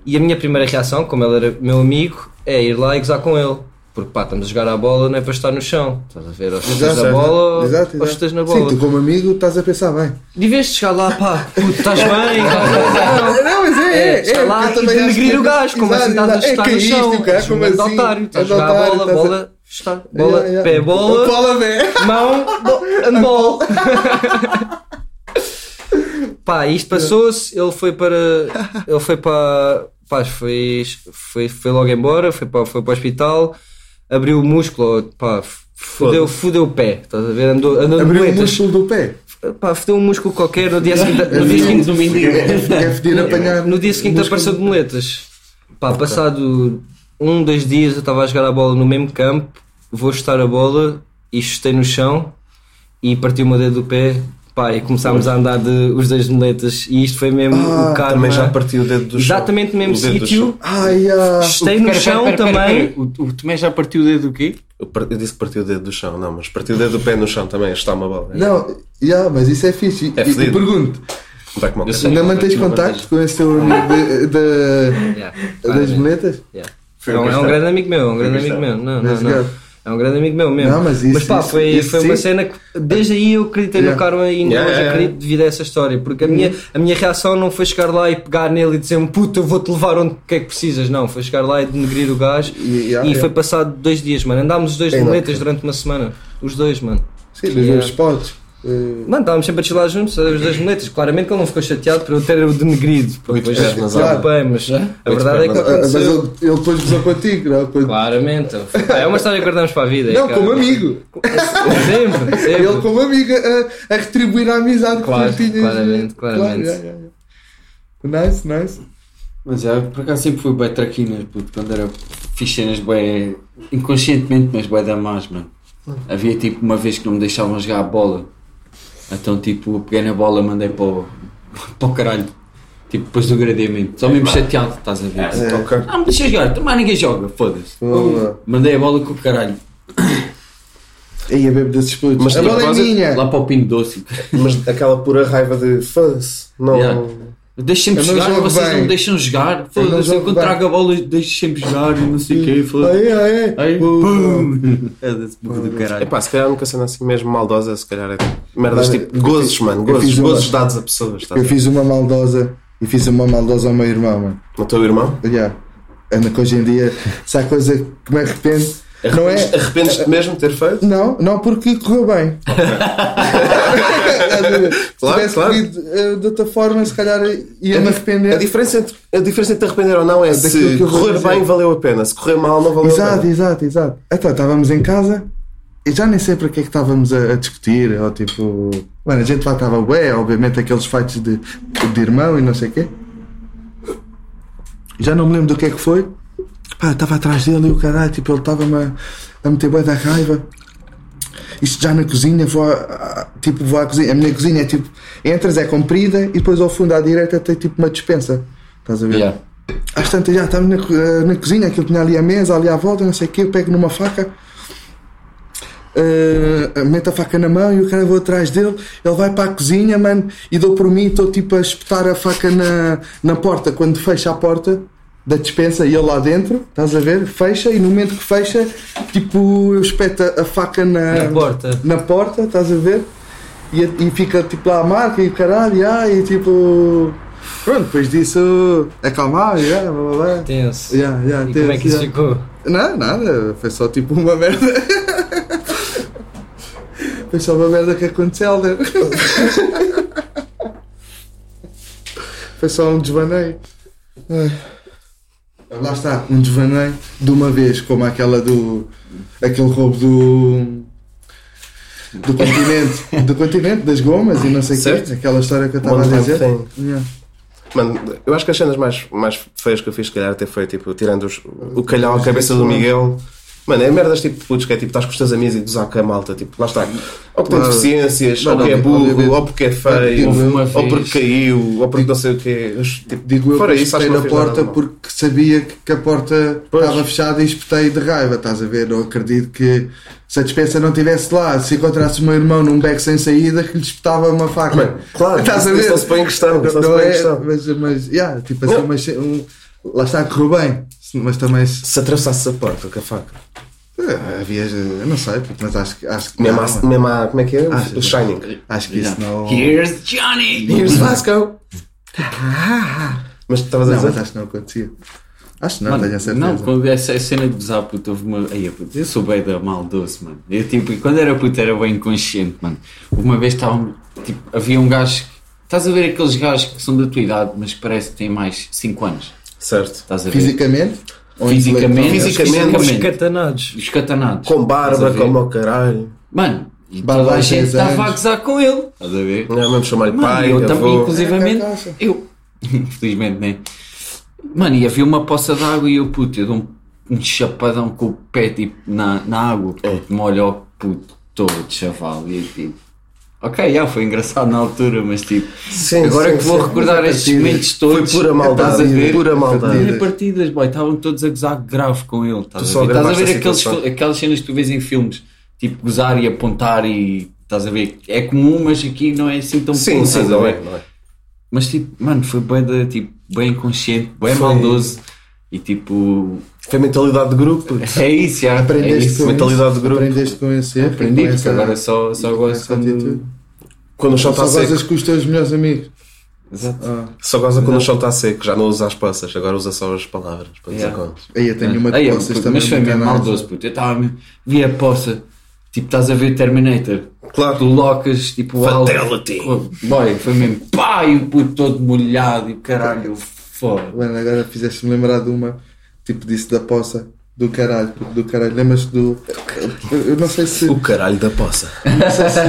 [SPEAKER 3] E a minha primeira reação, como ele era meu amigo, é ir lá e gozar com ele. Porque pá, estamos a jogar a bola, não é para estar no chão. Estás a ver, ou chutas na bola ou-
[SPEAKER 1] Exato,
[SPEAKER 3] ou
[SPEAKER 1] exato.
[SPEAKER 3] chutas na bola.
[SPEAKER 1] Sim, tu como amigo estás a pensar bem.
[SPEAKER 3] De vez de chegar lá, pá, É. puto, estás bem? Não,
[SPEAKER 1] Não, mas é, é, é,
[SPEAKER 3] está lá
[SPEAKER 1] porque eu
[SPEAKER 3] e
[SPEAKER 1] também acho
[SPEAKER 3] denegrir
[SPEAKER 1] que-
[SPEAKER 3] o gajo, como
[SPEAKER 1] Exato,
[SPEAKER 3] assim estás a
[SPEAKER 1] exato. É,
[SPEAKER 3] chutar no
[SPEAKER 1] caíste,
[SPEAKER 3] chão?
[SPEAKER 1] o cara,
[SPEAKER 3] És um
[SPEAKER 1] como
[SPEAKER 3] grande
[SPEAKER 1] assim?
[SPEAKER 3] otário, estás a
[SPEAKER 1] És
[SPEAKER 3] jogar a
[SPEAKER 1] otário,
[SPEAKER 3] bola,
[SPEAKER 1] estás a-
[SPEAKER 3] bola, chutar, bola,
[SPEAKER 1] Yeah, yeah.
[SPEAKER 3] pé, bola,
[SPEAKER 1] Bola, pé.
[SPEAKER 3] mão, bo- handball. Pá, isto passou-se, ele foi para. Ele foi para. Pá, foi, foi, foi logo embora, foi para, foi para o hospital, abriu o músculo, pá, fudeu, fudeu o pé, estás a ver? Andou, andou de
[SPEAKER 1] Abriu o
[SPEAKER 3] boletas.
[SPEAKER 1] músculo do pé.
[SPEAKER 3] Pá, fudeu um músculo qualquer, no dia seguinte, no dia seguinte,
[SPEAKER 1] É fedido apanhar.
[SPEAKER 3] no dia seguinte
[SPEAKER 1] músculo.
[SPEAKER 3] apareceu de moletas. Pá, passado um, dois dias eu estava a jogar a bola no mesmo campo, vou chutar a bola e chutei no chão e parti o meu dedo do pé. Pá, e começámos a andar de, os dois de moletas e isto foi mesmo
[SPEAKER 1] Ah,
[SPEAKER 3] o karma.
[SPEAKER 4] Também já partiu o dedo do chão.
[SPEAKER 3] Exatamente no mesmo
[SPEAKER 4] O dedo do
[SPEAKER 3] sítio,
[SPEAKER 4] chão.
[SPEAKER 1] Ai, ah.
[SPEAKER 3] chutei no
[SPEAKER 2] Pera, pera,
[SPEAKER 3] chão
[SPEAKER 2] pera, pera,
[SPEAKER 3] também.
[SPEAKER 2] pera. O, o Tomé já partiu o dedo do quê?
[SPEAKER 4] Eu par- eu disse que partiu o dedo do chão, não, mas partiu o dedo do pé no chão também, está uma bola.
[SPEAKER 1] Não, já, mas isso é fixe. E-
[SPEAKER 4] É
[SPEAKER 1] e
[SPEAKER 4] fedido.
[SPEAKER 1] pergunto,
[SPEAKER 4] Vai um com uma
[SPEAKER 2] Eu
[SPEAKER 4] coisa.
[SPEAKER 2] sei.
[SPEAKER 1] ainda mantens
[SPEAKER 2] não
[SPEAKER 1] contacto com esse teu amigo de- de-
[SPEAKER 3] Yeah, Ah,
[SPEAKER 1] das
[SPEAKER 3] pá,
[SPEAKER 1] moletas?
[SPEAKER 5] Foi
[SPEAKER 3] é um- é um
[SPEAKER 5] bastante.
[SPEAKER 3] grande amigo meu, é um grande amigo meu. Não, não, não. É um grande amigo meu mesmo.
[SPEAKER 1] Não, mas isso-
[SPEAKER 3] pá,
[SPEAKER 1] isso-
[SPEAKER 3] foi,
[SPEAKER 1] isso
[SPEAKER 3] foi uma
[SPEAKER 1] sim.
[SPEAKER 3] cena que desde aí eu acreditei no
[SPEAKER 1] Yeah.
[SPEAKER 3] karma e ainda
[SPEAKER 4] Yeah,
[SPEAKER 3] hoje
[SPEAKER 4] yeah,
[SPEAKER 3] acredito devido a essa história. Porque a, minha, a minha reação não foi chegar lá e pegar nele e dizer-me puta, eu vou-te levar onde que é que precisas. Não, foi chegar lá e denegrir o gajo.
[SPEAKER 1] E- ah, é. yeah,
[SPEAKER 3] e
[SPEAKER 1] yeah.
[SPEAKER 3] foi passado dois dias, mano. Andámos os dois de
[SPEAKER 1] Ei, não.
[SPEAKER 3] moletas durante uma semana. Os dois, mano.
[SPEAKER 1] Sim, dos meus spots. Eh,
[SPEAKER 3] Mano, estávamos sempre a chilar juntos, os dois moletas. Claramente que ele não ficou chateado por eu ter o denegrido. Porque depois
[SPEAKER 4] pés nas
[SPEAKER 3] desculpei, mas a verdade é que
[SPEAKER 1] ah,
[SPEAKER 4] pés nas
[SPEAKER 1] Mas
[SPEAKER 3] aconteceu.
[SPEAKER 1] ele ele depois gozou contigo, não? Quando-
[SPEAKER 3] Claramente. É uma história que guardamos para a vida.
[SPEAKER 1] Não,
[SPEAKER 3] cara.
[SPEAKER 1] como amigo.
[SPEAKER 3] Sempre, sempre.
[SPEAKER 1] Ele como amigo a- a retribuir a amizade
[SPEAKER 3] Claro,
[SPEAKER 1] que tu tinhas.
[SPEAKER 3] claramente, claramente.
[SPEAKER 1] Claro, yeah, yeah, yeah. Nice, nice.
[SPEAKER 2] Mas já, por acaso sempre fui bué traquinas, puto, quando era fiz cenas bué, inconscientemente, mas bué da más, mano. Havia tipo uma vez que não me deixavam jogar a bola, então tipo, eu peguei na bola mandei para o, para o caralho, tipo, depois do gradeamento, só mesmo chateado, estás a ver?
[SPEAKER 4] É, ok.
[SPEAKER 2] Ah, me deixa jogar, também ninguém joga, foda-se.
[SPEAKER 1] Boa.
[SPEAKER 2] Mandei a bola com o caralho.
[SPEAKER 1] Ei, a bebo desses putos.
[SPEAKER 4] Mas
[SPEAKER 1] a
[SPEAKER 4] tu
[SPEAKER 1] bola é
[SPEAKER 4] gozas-
[SPEAKER 1] minha.
[SPEAKER 2] Lá para o Pino Doce.
[SPEAKER 4] Mas aquela pura raiva de fãs, não.
[SPEAKER 2] Yeah. Deixem-me
[SPEAKER 1] Eu não
[SPEAKER 2] jogar,
[SPEAKER 1] jogo
[SPEAKER 2] vocês
[SPEAKER 1] bem.
[SPEAKER 2] não me deixam jogar.
[SPEAKER 1] Eu não
[SPEAKER 2] Foda-se, eu
[SPEAKER 1] jogo
[SPEAKER 2] quando
[SPEAKER 1] bem.
[SPEAKER 2] trago a bola, deixem-me jogar e não sei o quê, foda-se.
[SPEAKER 1] Aí, aí.
[SPEAKER 2] Aí,
[SPEAKER 1] Boa.
[SPEAKER 2] pum! Foda-se, burro do caralho.
[SPEAKER 4] Epá, se calhar nunca sendo assim mesmo maldosa, se calhar é tipo- merdas
[SPEAKER 1] Olha,
[SPEAKER 4] tipo gozos, mano,
[SPEAKER 1] eu
[SPEAKER 4] gozos,
[SPEAKER 1] fiz uma-
[SPEAKER 4] gozos dados a pessoas. estás a
[SPEAKER 1] Eu
[SPEAKER 4] ver?
[SPEAKER 1] fiz uma maldosa e fiz uma maldosa ao meu irmão, mano.
[SPEAKER 4] No teu irmão?
[SPEAKER 1] Yeah. Ana que hoje em dia, se há coisa que me arrependo, não é?
[SPEAKER 4] Arrependes-te mesmo de ter feito?
[SPEAKER 1] Não, não porque correu bem.
[SPEAKER 4] Claro,
[SPEAKER 1] se tivesse
[SPEAKER 4] claro. É
[SPEAKER 1] corrido eh, de outra forma, se calhar ia me
[SPEAKER 4] dif-
[SPEAKER 1] arrepender.
[SPEAKER 4] A diferença entre, a diferença entre arrepender ou não é
[SPEAKER 1] Daquilo
[SPEAKER 4] se
[SPEAKER 1] que eu vou
[SPEAKER 4] correr
[SPEAKER 1] dizer.
[SPEAKER 4] bem valeu a pena, se correr mal não valeu a
[SPEAKER 1] Exato,
[SPEAKER 4] pena.
[SPEAKER 1] exato, exato. Então, estávamos em casa e já nem sei para que é que estávamos a, a discutir. Ou tipo, mano, a gente lá estava, ué, obviamente aqueles fights de, de irmão e não sei o quê. Já não me lembro do que é que foi. Pá, eu estava atrás dele e o caralho, tipo, ele estava-me a, a meter bué da raiva. Isto já na cozinha, vou à- à- tipo, vou à cozinha. A minha cozinha é tipo, entras, é comprida e depois ao fundo à direita tem tipo uma dispensa. Estás a ver?
[SPEAKER 2] Yeah.
[SPEAKER 1] Às tantas já estamos na, co- eh, na cozinha, aquilo tinha ali a mesa, ali à volta, não sei o quê, eu pego numa faca, eh, meto a faca na mão e o cara vou atrás dele, ele vai para a cozinha, mano, e dou por mim, estou tipo a espetar a faca na, na porta, quando fecha a porta da dispensa e ele lá dentro, estás a ver? Fecha e no momento que fecha, tipo, eu espeto a, a faca na,
[SPEAKER 3] Na porta.
[SPEAKER 1] na porta, estás a ver? E, e fica tipo lá a marca e o caralho, ah, e tipo. Pronto, depois disso acalmar, yeah, blá blá blá.
[SPEAKER 3] Tenso.
[SPEAKER 1] Yeah, yeah,
[SPEAKER 3] E
[SPEAKER 1] teve,
[SPEAKER 3] como é que isso
[SPEAKER 1] yeah.
[SPEAKER 3] ficou?
[SPEAKER 1] Não, nada, foi só tipo uma merda. Foi só uma merda que aconteceu, né? Foi só um desvaneio. Ai. Lá está, um desvaneio de uma vez, como aquela do. aquele roubo do. do continente, do continente, das gomas e não sei o
[SPEAKER 4] Certo.
[SPEAKER 1] quê, aquela história que eu estava a
[SPEAKER 4] One time
[SPEAKER 1] dizer.
[SPEAKER 4] thing.
[SPEAKER 1] Yeah.
[SPEAKER 4] Mano, eu acho que as cenas mais, mais feias que eu fiz, se calhar, até foi tipo, tirando os- o calhau à cabeça do Miguel. Mano, é merdas tipo, putz, que é tipo, estás com os teus amigos e gozar com a malta, tipo, lá está. Ou que tem
[SPEAKER 1] Claro.
[SPEAKER 4] deficiências, ou
[SPEAKER 1] Mano,
[SPEAKER 4] que é
[SPEAKER 1] olha,
[SPEAKER 4] burro,
[SPEAKER 1] olha,
[SPEAKER 4] ou porque é
[SPEAKER 1] Digo
[SPEAKER 4] feio,
[SPEAKER 1] eu-
[SPEAKER 2] uma
[SPEAKER 4] ou porque
[SPEAKER 2] vez-
[SPEAKER 4] caiu, ou porque não sei o quê. Os- Tipo,
[SPEAKER 1] Digo eu
[SPEAKER 4] Fora
[SPEAKER 1] que
[SPEAKER 4] isso, acho
[SPEAKER 1] espetei
[SPEAKER 4] que não
[SPEAKER 1] na
[SPEAKER 4] fiz
[SPEAKER 1] porta
[SPEAKER 4] nada,
[SPEAKER 1] porque sabia que, que a porta
[SPEAKER 4] Pois.
[SPEAKER 1] estava fechada e espetei de raiva, estás a ver? Eu acredito que se a dispensa não estivesse lá, se encontrasse o meu irmão num beco sem saída, que lhe espetava uma faca.
[SPEAKER 4] Mano, claro,
[SPEAKER 1] estás a
[SPEAKER 4] isso
[SPEAKER 1] ver?
[SPEAKER 4] não se põe em questão, isso não se
[SPEAKER 1] Não
[SPEAKER 4] põe em
[SPEAKER 1] é,
[SPEAKER 4] questão. Oh.
[SPEAKER 1] mas, mas, yeah, tipo assim,
[SPEAKER 4] Não.
[SPEAKER 1] mas, um, lá está, correu bem, mas também se-
[SPEAKER 4] se atravessasses a porta com a faca,
[SPEAKER 1] eh, havia, eu não sei, tipo, mas acho, que- acho que
[SPEAKER 4] mesmo,
[SPEAKER 1] não, Ah,
[SPEAKER 4] à-
[SPEAKER 1] mano.
[SPEAKER 4] mesmo à- como é que é?
[SPEAKER 1] Acho-
[SPEAKER 4] o Shining.
[SPEAKER 1] acho que isso não.
[SPEAKER 2] Here's Johnny!
[SPEAKER 4] Here's Vasco! Uhum. Mas tu estavas a
[SPEAKER 1] Não, mas
[SPEAKER 4] dizer?
[SPEAKER 1] acho que não acontecia. Acho que não,
[SPEAKER 2] Mano,
[SPEAKER 1] tenho a certeza.
[SPEAKER 2] não, quando é essa a cena de usar puto, houve uma. Ai, puto, eu sou bem da maldoce, mano. Eu, tipo, e quando era puto era bem inconsciente, mano. Uma vez estava. Tipo, havia um gajo. que- Estás a ver aqueles gajos que são da tua idade, mas que parece que têm mais 5 anos.
[SPEAKER 4] Certo.
[SPEAKER 2] Estás a ver?
[SPEAKER 1] Fisicamente? Ou
[SPEAKER 2] Fisicamente,
[SPEAKER 1] intelectualmente?
[SPEAKER 4] Fisicamente,
[SPEAKER 3] Os
[SPEAKER 2] fisicamente.
[SPEAKER 3] catanados.
[SPEAKER 2] Os catanados.
[SPEAKER 4] Com
[SPEAKER 2] Estás a
[SPEAKER 4] barba,
[SPEAKER 2] ver?
[SPEAKER 4] como ao caralho.
[SPEAKER 2] Mano, e
[SPEAKER 1] Barba
[SPEAKER 2] toda a
[SPEAKER 1] aos
[SPEAKER 2] gente
[SPEAKER 1] 10
[SPEAKER 2] estava a
[SPEAKER 1] anos.
[SPEAKER 2] gozar com ele. Estás a ver?
[SPEAKER 4] Não, mesmo chamar-lhe
[SPEAKER 2] Mano,
[SPEAKER 4] pai,
[SPEAKER 2] eu também,
[SPEAKER 4] avô.
[SPEAKER 2] inclusivamente,
[SPEAKER 1] Era a caixa.
[SPEAKER 2] eu, infelizmente, né? Mano, e havia uma poça d'água e eu, puto, eu dou um, um chapadão com o pé, tipo, na, na água, puto, molho o puto todo, chaval, e eu, tipo, ok, já, foi engraçado na altura, mas, tipo,
[SPEAKER 4] Sim,
[SPEAKER 2] agora
[SPEAKER 4] sim,
[SPEAKER 2] que vou
[SPEAKER 4] sim.
[SPEAKER 2] recordar estes
[SPEAKER 1] partidas.
[SPEAKER 2] momentos todos,
[SPEAKER 4] Foi pura maldade,
[SPEAKER 2] estás a ver?
[SPEAKER 4] pura maldade.
[SPEAKER 2] Era partidas, boy, estavam todos a gozar grave com ele, estás
[SPEAKER 4] Tu
[SPEAKER 2] a
[SPEAKER 4] só
[SPEAKER 2] ver? Estás a
[SPEAKER 4] gravaste
[SPEAKER 2] ver
[SPEAKER 4] a
[SPEAKER 2] aqueles,
[SPEAKER 4] situação.
[SPEAKER 2] aquelas cenas que tu vês em filmes, tipo, gozar e apontar e... Estás a ver? É comum, mas aqui não é assim tão comum.
[SPEAKER 4] Sim, sim,
[SPEAKER 2] estás a
[SPEAKER 4] não
[SPEAKER 2] ver?
[SPEAKER 4] é, não é.
[SPEAKER 2] Mas tipo, mano, foi bem, de, tipo, bem inconsciente, bem
[SPEAKER 4] Foi.
[SPEAKER 2] maldoso. E tipo,
[SPEAKER 4] Foi mentalidade de grupo.
[SPEAKER 2] é isso, já. é
[SPEAKER 1] Aprendeste
[SPEAKER 2] isso.
[SPEAKER 1] com
[SPEAKER 4] mentalidade
[SPEAKER 1] isso,
[SPEAKER 4] de grupo.
[SPEAKER 1] Aprendeste com esse erro.
[SPEAKER 2] Aprendi,
[SPEAKER 1] com
[SPEAKER 2] porque
[SPEAKER 1] essa-
[SPEAKER 2] agora só, só
[SPEAKER 1] com
[SPEAKER 2] gosto
[SPEAKER 1] essa
[SPEAKER 2] quando...
[SPEAKER 1] atitude.
[SPEAKER 4] Quando o chão está
[SPEAKER 1] Só
[SPEAKER 4] seco.
[SPEAKER 1] gozas com os teus melhores amigos.
[SPEAKER 2] Exato.
[SPEAKER 1] Ah,
[SPEAKER 4] Só goza quando o chão está seco. Já não usa as passas, agora usa só as palavras para dizer
[SPEAKER 2] Yeah.
[SPEAKER 4] contas.
[SPEAKER 1] aí eu tenho uma de
[SPEAKER 2] Ah, É. Aí, eu,
[SPEAKER 1] vocês
[SPEAKER 2] puto,
[SPEAKER 1] também.
[SPEAKER 2] mas foi
[SPEAKER 1] muito
[SPEAKER 2] mesmo
[SPEAKER 1] análise.
[SPEAKER 2] maldoso, puto. Eu estava mesmo... Vi a poça. Tipo, estás a ver Terminator.
[SPEAKER 4] Claro.
[SPEAKER 2] Tu locas, tipo, o Alf.
[SPEAKER 4] Fatality.
[SPEAKER 2] Oh, Boy, foi mesmo... Pá, e o puto todo molhado e o caralho, eu foda.
[SPEAKER 1] Mano, agora fizeste-me lembrar de uma, tipo disso da poça. Do caralho, do caralho. Lembras-te do. Eu eu não sei se.
[SPEAKER 4] O caralho da poça.
[SPEAKER 1] se,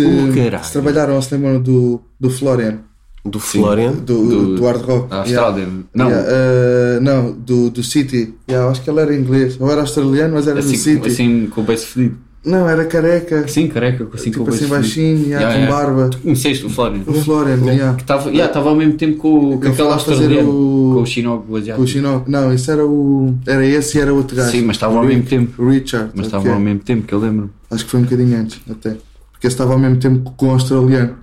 [SPEAKER 2] O caralho.
[SPEAKER 1] se trabalharam ou se lembram do, do Florian,
[SPEAKER 4] Do Florian.
[SPEAKER 1] do,
[SPEAKER 2] Do-
[SPEAKER 1] do, Hard Rock.
[SPEAKER 2] Da
[SPEAKER 1] Ah, Yeah.
[SPEAKER 2] Austrália. Não,
[SPEAKER 1] Yeah, eh, não, do, do City. Yeah, acho que ele era inglês. Ou era australiano, mas era do
[SPEAKER 2] assim,
[SPEAKER 1] City.
[SPEAKER 2] assim com o beijo fedido.
[SPEAKER 1] Não, era careca.
[SPEAKER 2] Sim, careca, assim
[SPEAKER 1] tipo
[SPEAKER 2] com o beijo
[SPEAKER 1] assim
[SPEAKER 2] fedido.
[SPEAKER 1] baixinho, yeah,
[SPEAKER 2] Yeah,
[SPEAKER 1] com
[SPEAKER 2] yeah.
[SPEAKER 1] barba.
[SPEAKER 2] Conheceste o Flório?
[SPEAKER 1] O Florian, yeah.
[SPEAKER 2] Que tá- estava yeah, tava ao mesmo tempo com, o- com
[SPEAKER 1] Eu
[SPEAKER 2] aquele
[SPEAKER 1] fui lá fazer
[SPEAKER 2] australiano,
[SPEAKER 1] o-
[SPEAKER 2] com o Shinobu
[SPEAKER 1] Com o Chino- Não, isso era o. Era esse e era outro gajo.
[SPEAKER 2] Sim, mas estavam ao
[SPEAKER 1] Rick-
[SPEAKER 2] mesmo tempo.
[SPEAKER 1] Richard.
[SPEAKER 2] Mas
[SPEAKER 1] ok.
[SPEAKER 2] estava ao mesmo tempo, que eu lembro.
[SPEAKER 1] Acho que foi um bocadinho antes, até. Porque esse estava ao mesmo tempo com o australiano.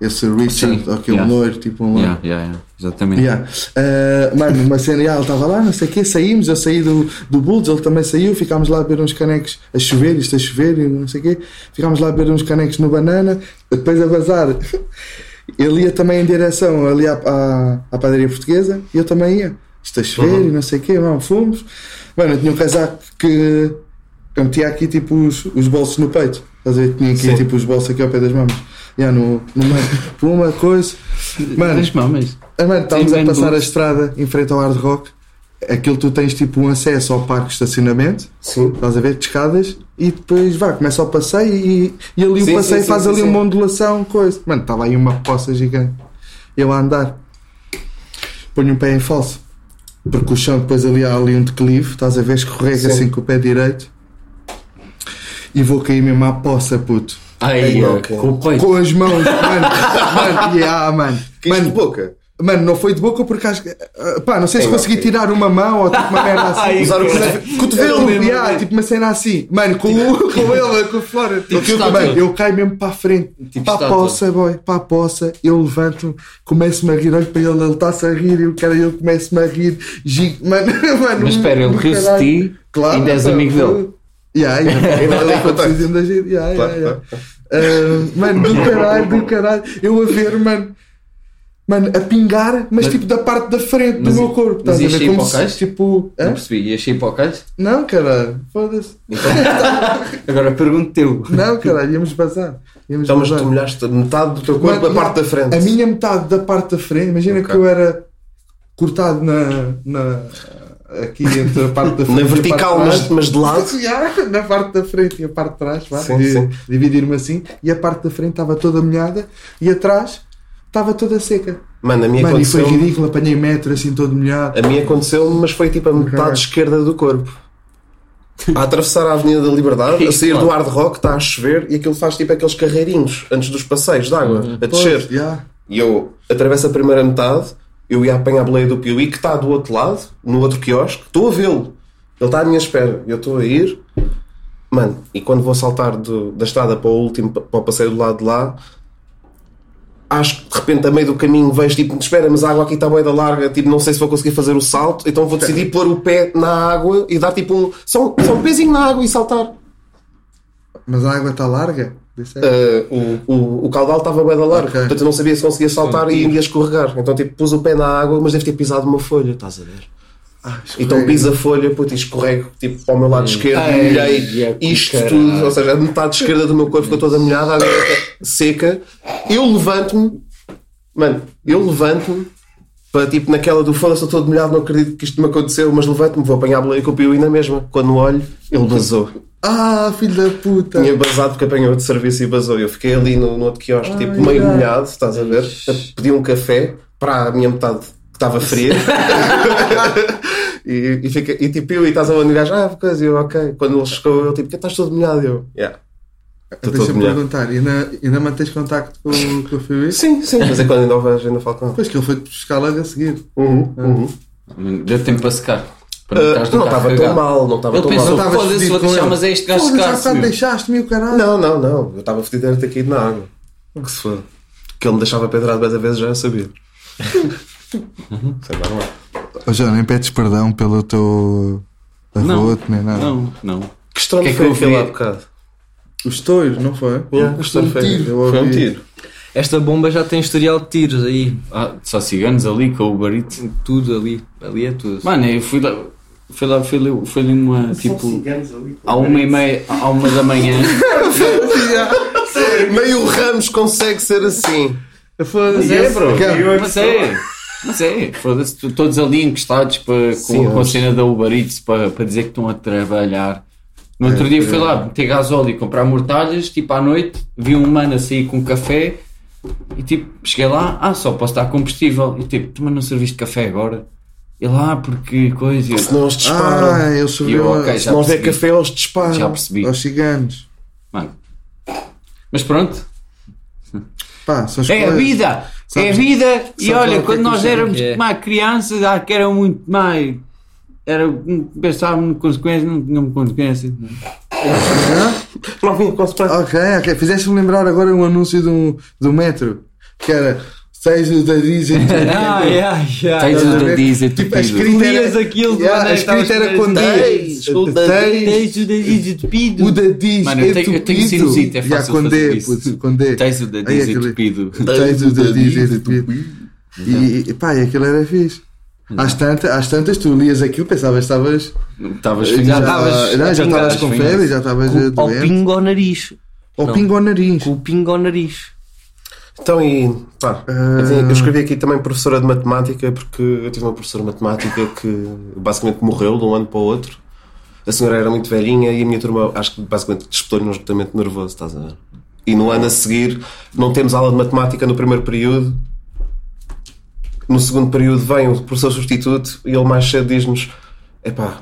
[SPEAKER 1] Esse Richard,
[SPEAKER 2] Sim,
[SPEAKER 1] ou aquele
[SPEAKER 2] yeah.
[SPEAKER 1] loiro, tipo um loiro.
[SPEAKER 2] Yeah, yeah, yeah, exatamente.
[SPEAKER 1] Yeah. Uh, mano, uma cena, yeah, ele estava lá, não sei o quê, saímos, eu saí do, do Bulls, ele também saiu, ficámos lá a beber uns canecos a chover, isto a chover e não sei o quê, ficámos lá a beber uns canecos no banana, depois a vazar. Ele ia também em direção ali à, à, à padaria portuguesa e eu também ia. Isto a chover e não sei o quê, mano, fomos. Mano, eu tinha um casaco que eu metia aqui tipo os, os bolsos no peito. Estás a ver? Tinha aqui
[SPEAKER 4] Sim.
[SPEAKER 1] tipo os bolsos aqui ao pé das mamas. Yeah, no, no meio. Puma, coisa. Mano,
[SPEAKER 2] Mas, mas,
[SPEAKER 1] ah, Mano, estávamos
[SPEAKER 2] Sim,
[SPEAKER 1] a
[SPEAKER 2] bem
[SPEAKER 1] passar
[SPEAKER 2] boots.
[SPEAKER 1] a estrada em frente ao Hard Rock. Aquilo tu tens tipo um acesso ao parque de estacionamento,
[SPEAKER 4] Sim.
[SPEAKER 1] estás a ver, de escadas, e depois vá, começa o passeio e, e ali
[SPEAKER 4] Sim,
[SPEAKER 1] o passeio
[SPEAKER 4] sim,
[SPEAKER 1] faz
[SPEAKER 4] sim,
[SPEAKER 1] ali
[SPEAKER 4] sim,
[SPEAKER 1] uma
[SPEAKER 4] sim.
[SPEAKER 1] ondulação, coisa. Mano, estava aí uma poça gigante. Eu a andar, ponho um pé em falso, porque o chão depois ali há ali um declive, estás a ver, escorrega
[SPEAKER 4] Sim.
[SPEAKER 1] assim com o pé direito e vou cair mesmo à poça, puto.
[SPEAKER 2] Ai,
[SPEAKER 4] É,
[SPEAKER 2] ó,
[SPEAKER 4] ok.
[SPEAKER 2] com o peito.
[SPEAKER 1] Com as mãos, mano, mano, yeah, mano.
[SPEAKER 4] Mano,
[SPEAKER 1] mano,
[SPEAKER 4] de boca.
[SPEAKER 1] Mano, não foi de boca porque acho que. ah, Pá, não sei se
[SPEAKER 4] É,
[SPEAKER 1] consegui
[SPEAKER 4] ok.
[SPEAKER 1] tirar uma mão ou tipo uma merda assim.
[SPEAKER 4] Usar o
[SPEAKER 1] Mas,
[SPEAKER 4] cotovelo.
[SPEAKER 1] Cotovelo, yeah, tipo uma cena assim. Mano, com, o- com ele, com o Flora. eu,
[SPEAKER 2] Tipo, estátua. Tipo
[SPEAKER 1] mano, eu caio mesmo para a frente. para a
[SPEAKER 2] estátua.
[SPEAKER 1] poça, boy. Para a poça. Eu levanto-me, começo-me a rir. Olho para ele, ele está-se a rir. E o cara, eu começo-me a rir. Gigo, mano, mano.
[SPEAKER 2] Mas espera, ele
[SPEAKER 1] do
[SPEAKER 2] riu-se de
[SPEAKER 1] caralho.
[SPEAKER 2] ti e és
[SPEAKER 1] mano,
[SPEAKER 2] amigo dele. é
[SPEAKER 1] Yeah, yeah. Ele é ali com a decisão da gente. Yeah, yeah, yeah. Ah, mano, do caralho, do caralho. Eu a ver, mano. Mano, a pingar, mas, tipo da parte da frente do
[SPEAKER 2] mas
[SPEAKER 1] meu
[SPEAKER 2] i-
[SPEAKER 1] corpo.
[SPEAKER 2] mas
[SPEAKER 1] Estás a
[SPEAKER 2] ias
[SPEAKER 1] ver?
[SPEAKER 2] sair
[SPEAKER 1] Como
[SPEAKER 2] para o cais?
[SPEAKER 1] se tipo.
[SPEAKER 2] Não
[SPEAKER 1] hã?
[SPEAKER 2] percebi, ia cheio para o calho.
[SPEAKER 1] Não, caralho, foda-se.
[SPEAKER 4] Então.
[SPEAKER 2] Agora pergunto teu.
[SPEAKER 1] Não, caralho, íamos bazar. Íamos
[SPEAKER 4] Então, mas
[SPEAKER 1] bazar.
[SPEAKER 4] tu molhaste metade do teu corpo
[SPEAKER 1] Mano,
[SPEAKER 4] a parte da frente.
[SPEAKER 1] A minha metade da parte da frente, imagina
[SPEAKER 4] Ok.
[SPEAKER 1] que eu era cortado na. na aqui entre a parte da frente.
[SPEAKER 4] Na
[SPEAKER 1] e a parte
[SPEAKER 4] vertical,
[SPEAKER 1] de
[SPEAKER 4] mas,
[SPEAKER 1] trás.
[SPEAKER 4] mas de lado.
[SPEAKER 1] Ya, Na parte da frente e a parte de trás, vá,
[SPEAKER 4] Sim,
[SPEAKER 1] di-
[SPEAKER 4] sim.
[SPEAKER 1] dividir-me assim, e a parte da frente estava toda molhada e atrás estava toda seca.
[SPEAKER 4] Mano, a minha
[SPEAKER 1] Mano, e foi
[SPEAKER 4] aconteceu. um-
[SPEAKER 1] ridículo, apanhei metro assim todo molhado.
[SPEAKER 4] A minha aconteceu, mas foi tipo a metade
[SPEAKER 1] Caralho.
[SPEAKER 4] esquerda do corpo. A atravessar a Avenida da Liberdade, a sair do Hard Rock, está a chover e aquilo faz tipo aqueles carreirinhos antes dos passeios de água, a
[SPEAKER 1] Pois,
[SPEAKER 4] descer.
[SPEAKER 1] ya.
[SPEAKER 4] E eu atravesso a primeira metade, eu ia apanhar a boleia do Piuí, que está do outro lado, no outro quiosque, estou a vê-lo. Ele está à minha espera, eu estou a ir. Mano, e quando vou saltar do- da estrada para o último, para o passeio do lado de lá, acho que de repente a meio do caminho vejo tipo, espera, mas a água aqui está bem da larga, tipo, não sei se vou conseguir fazer o salto, então vou decidir pôr o pé na água e dar tipo um. Só um, só um pezinho na água e saltar.
[SPEAKER 1] Mas a água está larga? Disse "É, aí.
[SPEAKER 4] Uh, o, o, o caudal estava bem da larga,
[SPEAKER 1] Ok.
[SPEAKER 4] portanto eu não sabia se conseguia saltar e ia escorregar. Então tipo, pus o pé na água, mas deve ter pisado uma folha, estás a ver? Então piso a folha puto, e escorrego tipo, para o meu lado esquerdo
[SPEAKER 3] Ai,
[SPEAKER 4] e molhei
[SPEAKER 3] é que
[SPEAKER 4] isto
[SPEAKER 3] caralho.
[SPEAKER 4] tudo, ou seja, a metade esquerda do meu corpo ficou toda molhada, a água está seca. Eu levanto-me, mano, eu levanto-me para tipo naquela do foda-se, estou todo molhado, não acredito que isto me aconteceu, mas levanto-me, vou apanhar a boleia com o Piuí na mesma. Quando olho, ele vazou.
[SPEAKER 1] Ah, filho da puta!
[SPEAKER 4] Tinha basado porque apanhou de serviço e basou. Eu fiquei ali no, no outro quiosque, tipo
[SPEAKER 1] Ai,
[SPEAKER 4] meio
[SPEAKER 1] ai.
[SPEAKER 4] molhado, estás a ver? A- Pedi um café para a minha metade que estava fria. e, e, fica, e tipo, eu e estás a mandar gajo, ah, coisa, e eu, ok. Quando ele chegou, eu tipo, que estás todo molhado? E Eu, yeah. Estou tá todo
[SPEAKER 1] Deixa-me
[SPEAKER 4] molhado.
[SPEAKER 1] perguntar, ainda, ainda mantens contacto com, com o Fibi?
[SPEAKER 4] Sim, sim. Mas é quando ainda o vejo, ainda falo com ele.
[SPEAKER 1] Pois que ele foi buscar logo a seguir.
[SPEAKER 4] Uhum, uhum.
[SPEAKER 2] Deu tempo para secar. Para
[SPEAKER 4] Ah,
[SPEAKER 2] estás no
[SPEAKER 4] não
[SPEAKER 2] carro
[SPEAKER 4] estava tão
[SPEAKER 2] cagado.
[SPEAKER 4] mal, não estava
[SPEAKER 2] Ele
[SPEAKER 4] tão mal.
[SPEAKER 2] pensou,
[SPEAKER 1] Não estavas
[SPEAKER 2] foda-se, vou
[SPEAKER 1] fedido com
[SPEAKER 2] deixar,
[SPEAKER 1] ele.
[SPEAKER 2] mas é este gajo
[SPEAKER 1] Foda-se, há
[SPEAKER 2] secar-se.
[SPEAKER 1] bocado
[SPEAKER 2] meu.
[SPEAKER 1] deixaste-me o caralho.
[SPEAKER 4] Não, não, não. Eu estava fedido, era ter caído na água. Que se foda. Que ele me deixava pedrado várias vezes, já eu sabia. Isso é normal.
[SPEAKER 1] Ô João, nem pedes perdão pelo teu arroto nem nada.
[SPEAKER 2] Não, não.
[SPEAKER 4] Que estrondo
[SPEAKER 2] Que é que
[SPEAKER 4] foi
[SPEAKER 2] eu
[SPEAKER 4] aquele
[SPEAKER 2] vi?
[SPEAKER 4] há bocado?
[SPEAKER 1] O estouro, não foi?
[SPEAKER 4] Yeah,
[SPEAKER 1] Foi um tiro. Eu
[SPEAKER 4] Foi um
[SPEAKER 1] ouvi.
[SPEAKER 4] tiro.
[SPEAKER 3] Esta bomba já tem historial de tiros aí.
[SPEAKER 2] Ah, só ciganos ali com o barito.
[SPEAKER 3] Tudo ali. Ali é tudo.
[SPEAKER 2] Mano, eu fui lá, fui lá, fui ali, fui ali numa, tipo, à uma e meia, à uma da manhã.
[SPEAKER 4] Meio Ramos consegue ser assim.
[SPEAKER 2] Mas é, bro.
[SPEAKER 1] Cara,
[SPEAKER 2] Mas é. Mas é, foda-se, tu- todos ali encostados para, com,
[SPEAKER 4] Sim,
[SPEAKER 2] com a
[SPEAKER 4] mas-
[SPEAKER 2] cena da Uber Eats para, para dizer que estão a trabalhar. No outro dia fui lá meter gasóleo e comprar mortalhas, tipo à noite, vi um mano a sair com café e tipo, cheguei lá, ah, só posso dar combustível. E tipo, tu mas não serviste café agora? E lá, porque coisa. E eu,
[SPEAKER 4] Se não os disparam.
[SPEAKER 1] Ah, ele
[SPEAKER 2] e eu,
[SPEAKER 1] subiu
[SPEAKER 2] ok,
[SPEAKER 1] a-
[SPEAKER 4] se
[SPEAKER 2] já
[SPEAKER 4] não houver
[SPEAKER 2] percebi.
[SPEAKER 4] café, eles disparam.
[SPEAKER 2] Já percebi.
[SPEAKER 1] aos ciganos.
[SPEAKER 2] Mano. Mas pronto,
[SPEAKER 1] Pá, são as
[SPEAKER 2] é a
[SPEAKER 1] coisas.
[SPEAKER 2] vida, é a
[SPEAKER 1] Tipo, eh, Sabes-
[SPEAKER 2] vida. E
[SPEAKER 1] sabes lá
[SPEAKER 2] olha,
[SPEAKER 1] o que é
[SPEAKER 2] quando
[SPEAKER 1] que
[SPEAKER 2] nós
[SPEAKER 1] isso é
[SPEAKER 2] éramos
[SPEAKER 3] que é?
[SPEAKER 2] mais crianças, ah, que eram muito mais. Era, pensávamos em consequências, não tinham consequências.
[SPEAKER 1] Hã?
[SPEAKER 4] Não vim com surpresa.
[SPEAKER 1] Ok, ok. Fizeste-me lembrar agora um anúncio do, do metro. Que era. Seis o da diesel.
[SPEAKER 2] Ah, é.
[SPEAKER 3] Ai, ai, ai.
[SPEAKER 2] Tens
[SPEAKER 1] Estás a
[SPEAKER 2] o da
[SPEAKER 1] ver?
[SPEAKER 2] diesel
[SPEAKER 1] Tipo, a
[SPEAKER 2] tupido.
[SPEAKER 1] escrita
[SPEAKER 3] Lias
[SPEAKER 1] era,
[SPEAKER 3] aquilo,
[SPEAKER 1] Yeah,
[SPEAKER 3] mano,
[SPEAKER 1] a escrita
[SPEAKER 3] estavas
[SPEAKER 1] era com
[SPEAKER 3] preso.
[SPEAKER 1] Ds.
[SPEAKER 3] Tens o da-
[SPEAKER 1] Tens
[SPEAKER 3] Tens o dedinho
[SPEAKER 1] o
[SPEAKER 3] entupido.
[SPEAKER 1] da diesel.
[SPEAKER 2] Mano, eu tenho- eu tenho
[SPEAKER 1] entupido.
[SPEAKER 2] sinusite, é
[SPEAKER 1] Já,
[SPEAKER 2] fácil
[SPEAKER 1] com
[SPEAKER 2] fazer
[SPEAKER 1] D,
[SPEAKER 2] isso.
[SPEAKER 1] puto, com D.
[SPEAKER 2] Tens o da
[SPEAKER 1] Ai,
[SPEAKER 2] diesel
[SPEAKER 1] aquele-
[SPEAKER 2] tupido.
[SPEAKER 1] Tens o da diesel tupido. E, e pá, e aquilo era fixe. Às tantas, às tantas, tu lias aquilo, pensavas que estavas.
[SPEAKER 2] Estavas
[SPEAKER 1] Já
[SPEAKER 2] fingindo.
[SPEAKER 1] estavas não, já estavas com
[SPEAKER 2] fingindo.
[SPEAKER 1] febre, já estavas eh,
[SPEAKER 3] Ao
[SPEAKER 1] doente.
[SPEAKER 3] pingo ao nariz.
[SPEAKER 1] Ou
[SPEAKER 3] Não.
[SPEAKER 1] pingo ao nariz.
[SPEAKER 3] Com o pingo ao nariz.
[SPEAKER 4] Então, e pá, eu,
[SPEAKER 1] Ah.
[SPEAKER 4] tinha- eu escrevi aqui também professora de matemática, porque eu tive uma professora de matemática que basicamente morreu de um ano para o outro. A senhora era muito velhinha e a minha turma, acho que basicamente disputou-lhe um esgotamento nervoso, estás a ver? E no ano a seguir, não temos aula de matemática no primeiro período. No segundo período vem o professor substituto e ele mais cedo diz-nos: epá,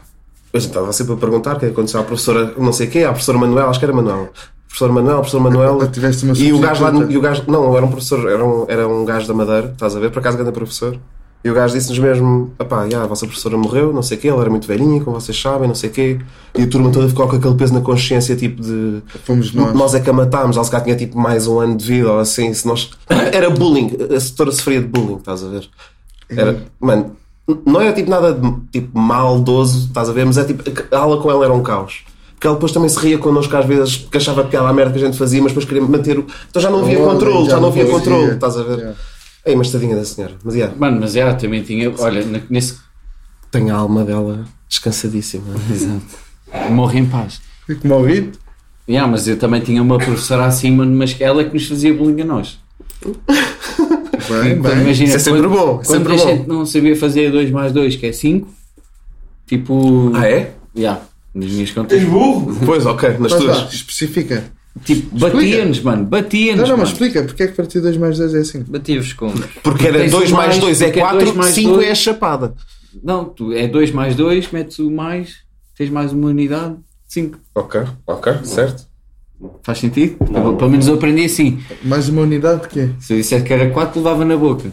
[SPEAKER 4] a gente estava sempre a perguntar o que é que aconteceu à professora, não sei quê, à professora Manuel, acho que era Manuel. Professor Manuel, professor Manuel.
[SPEAKER 1] Ah, tiveste uma
[SPEAKER 4] e o gajo lá, no-
[SPEAKER 1] substituta.
[SPEAKER 4] e o gajo, não, era um professor, era um, era um gajo da Madeira, estás a ver, por acaso grande professor. E o gajo disse-nos mesmo: pá, a vossa professora morreu, não sei o quê, ela era muito velhinha, como vocês sabem, não sei o quê. E a turma toda ficou com aquele peso na consciência, tipo de.
[SPEAKER 1] Fomos nós.
[SPEAKER 4] é que a matámos, ela se calhar tinha tipo mais um ano de vida ou assim. Se nós... Era bullying, a setora sofria de bullying, estás a ver? Era, mano, n- não era tipo nada de, tipo maldoso, estás a ver? Mas é tipo, a aula com ela era um caos. Porque ela depois também se ria connosco às vezes, porque achava piada a merda que a gente fazia, mas depois queria manter o. Então já não havia
[SPEAKER 1] Olha,
[SPEAKER 4] controle,
[SPEAKER 1] já
[SPEAKER 4] já não
[SPEAKER 1] não
[SPEAKER 4] havia
[SPEAKER 1] fazia.
[SPEAKER 4] controle, estás a ver?
[SPEAKER 1] Yeah.
[SPEAKER 4] Ei, mas tadinha da senhora. Mas yeah,
[SPEAKER 2] Mano, mas ela também tinha. Olha, na- nesse.
[SPEAKER 4] tem a alma dela descansadíssima.
[SPEAKER 2] Morre em paz.
[SPEAKER 1] Fico morrido.
[SPEAKER 2] Yeah, mas eu também tinha uma professora assim, mano, mas ela é que nos fazia bullying a nós.
[SPEAKER 1] Bem,
[SPEAKER 2] Quando
[SPEAKER 1] bem.
[SPEAKER 2] imagina,
[SPEAKER 4] Isso é sempre bom, é
[SPEAKER 2] Quando
[SPEAKER 4] sempre
[SPEAKER 2] a
[SPEAKER 4] bom.
[SPEAKER 2] gente não sabia fazer 2 mais 2, que é 5, tipo.
[SPEAKER 4] Ah, é?
[SPEAKER 2] Yeah, nas minhas contas.
[SPEAKER 5] Tens burro?
[SPEAKER 4] Pois, ok, nas
[SPEAKER 1] Mas vá,
[SPEAKER 4] tuas.
[SPEAKER 1] especifica.
[SPEAKER 2] Tipo, batia-nos, mano,
[SPEAKER 1] Não,
[SPEAKER 2] batia-nos.
[SPEAKER 1] não, mas
[SPEAKER 2] mano.
[SPEAKER 1] explica, porque é que partir 2 mais 2 é assim?
[SPEAKER 3] Bati-vos com.
[SPEAKER 4] Porque era
[SPEAKER 2] Tens
[SPEAKER 4] 2
[SPEAKER 2] um
[SPEAKER 4] mais
[SPEAKER 2] mais,
[SPEAKER 4] 2 é
[SPEAKER 2] porque é
[SPEAKER 4] 4,
[SPEAKER 2] dois mais
[SPEAKER 4] 5 é
[SPEAKER 2] dois.
[SPEAKER 4] a chapada.
[SPEAKER 2] Não, tu é 2 mais 2, metes o mais, tens mais uma unidade, 5.
[SPEAKER 4] Ok, ok, certo.
[SPEAKER 2] Faz sentido? Eu, pelo menos eu aprendi assim.
[SPEAKER 1] Mais uma unidade de quê?
[SPEAKER 2] Se eu dissesse que era 4, levava na boca.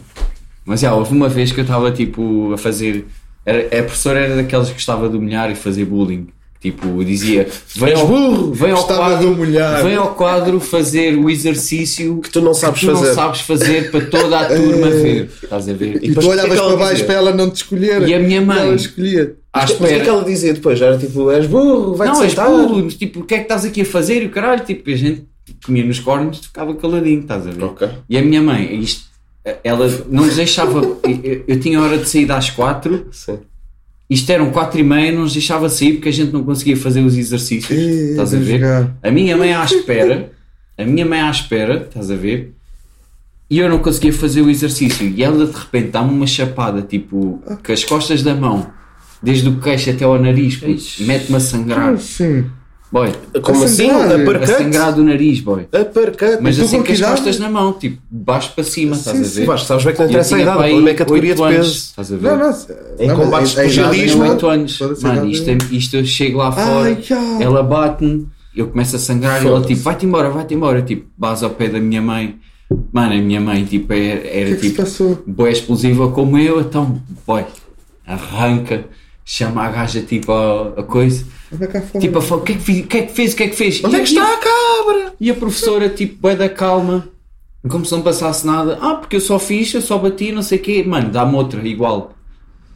[SPEAKER 2] Mas já, houve uma vez que eu estava tipo a fazer. Era, a professora era daquelas que gostava de humilhar e fazer bullying. Tipo, dizia: vem ao,
[SPEAKER 1] burro,
[SPEAKER 2] vem ao,
[SPEAKER 1] gostava de
[SPEAKER 2] quadro,
[SPEAKER 1] humilhar."
[SPEAKER 2] vem ao quadro fazer o exercício que
[SPEAKER 4] tu não sabes
[SPEAKER 2] tu não
[SPEAKER 4] fazer."
[SPEAKER 2] sabes fazer para toda a turma ver. Estás a ver?
[SPEAKER 1] E tu
[SPEAKER 4] depois, o que é
[SPEAKER 1] olhavas
[SPEAKER 4] que ela
[SPEAKER 1] para baixo
[SPEAKER 4] dizia?
[SPEAKER 1] para ela não te escolher.
[SPEAKER 2] E a minha mãe?
[SPEAKER 1] Ela escolhia.
[SPEAKER 2] À
[SPEAKER 4] Mas o que é que
[SPEAKER 2] espera.
[SPEAKER 4] ela dizia depois? Já Era tipo, és burro, vai-te
[SPEAKER 2] Não, és
[SPEAKER 4] sentar.
[SPEAKER 2] burro, mas, tipo, o que é que estás aqui a fazer? E o caralho, tipo, a gente comia nos cornos e ficava caladinho, estás a ver?
[SPEAKER 4] Ok.
[SPEAKER 2] E a minha mãe, isto, ela não nos deixava. eu, eu tinha hora de sair às quatro,
[SPEAKER 4] Sim.
[SPEAKER 2] isto eram quatro e meia, não nos deixava sair porque a gente não conseguia fazer os exercícios.
[SPEAKER 1] Ih,
[SPEAKER 2] estás a
[SPEAKER 1] vou
[SPEAKER 2] ver?
[SPEAKER 1] jogar.
[SPEAKER 2] A minha mãe à espera, a minha mãe à espera, estás a ver? E eu não conseguia fazer o exercício. E ela de repente dá-me uma chapada, tipo, com as costas da mão, desde o queixo até ao nariz, puto, mete-me a sangrar.
[SPEAKER 1] Sim.
[SPEAKER 2] Boy,
[SPEAKER 4] Como
[SPEAKER 1] A
[SPEAKER 4] assim?
[SPEAKER 1] sangrar,
[SPEAKER 2] a
[SPEAKER 4] Uppercut?
[SPEAKER 2] sangrar do nariz, boy.
[SPEAKER 4] Uppercut.
[SPEAKER 2] Mas
[SPEAKER 1] tu
[SPEAKER 2] assim
[SPEAKER 1] com
[SPEAKER 2] que
[SPEAKER 1] que
[SPEAKER 2] as
[SPEAKER 1] idade?
[SPEAKER 2] costas na mão, tipo, de baixo para cima, estás a ver?
[SPEAKER 4] Sim, Vasco, sabes bem que não
[SPEAKER 2] E eu
[SPEAKER 4] interessa a
[SPEAKER 2] tinha
[SPEAKER 4] idade,
[SPEAKER 2] pá aí
[SPEAKER 4] o problema é a categoria de
[SPEAKER 2] oito anos,
[SPEAKER 4] peso.
[SPEAKER 2] Estás a ver?
[SPEAKER 1] Não, não. se-
[SPEAKER 4] Em
[SPEAKER 1] não, mas
[SPEAKER 4] combates
[SPEAKER 1] a- a idade
[SPEAKER 4] de
[SPEAKER 2] Tinha
[SPEAKER 4] pugilismo,
[SPEAKER 1] não é-
[SPEAKER 2] oito anos.
[SPEAKER 1] Foda-se, a
[SPEAKER 2] Mano,
[SPEAKER 1] idade
[SPEAKER 2] isto,
[SPEAKER 1] não é-
[SPEAKER 2] é- isto eu chego lá
[SPEAKER 1] Ai,
[SPEAKER 2] fora,
[SPEAKER 1] cara.
[SPEAKER 2] ela bate-me, eu começo a sangrar e ela
[SPEAKER 4] Foda-se.
[SPEAKER 2] tipo, vai-te embora, vai-te embora. Eu, Tipo, base ao pé da minha mãe. Mano, a minha mãe tipo, era,
[SPEAKER 1] O
[SPEAKER 2] era
[SPEAKER 1] que é que se
[SPEAKER 2] tipo,
[SPEAKER 1] passou?
[SPEAKER 2] boé explosiva como eu, então, boy, arranca, chama a gaja tipo a, a coisa.
[SPEAKER 1] Anda cá fora.
[SPEAKER 2] Tipo, a falar, o que é que fiz? O que é que fez? O que é que fez?
[SPEAKER 4] Onde é
[SPEAKER 2] E-
[SPEAKER 4] que está a cabra?
[SPEAKER 2] e a professora, tipo, bué da calma, como se não passasse nada. Ah, porque eu só fiz, eu só bati, não sei o quê. Mano, dá-me outra igual.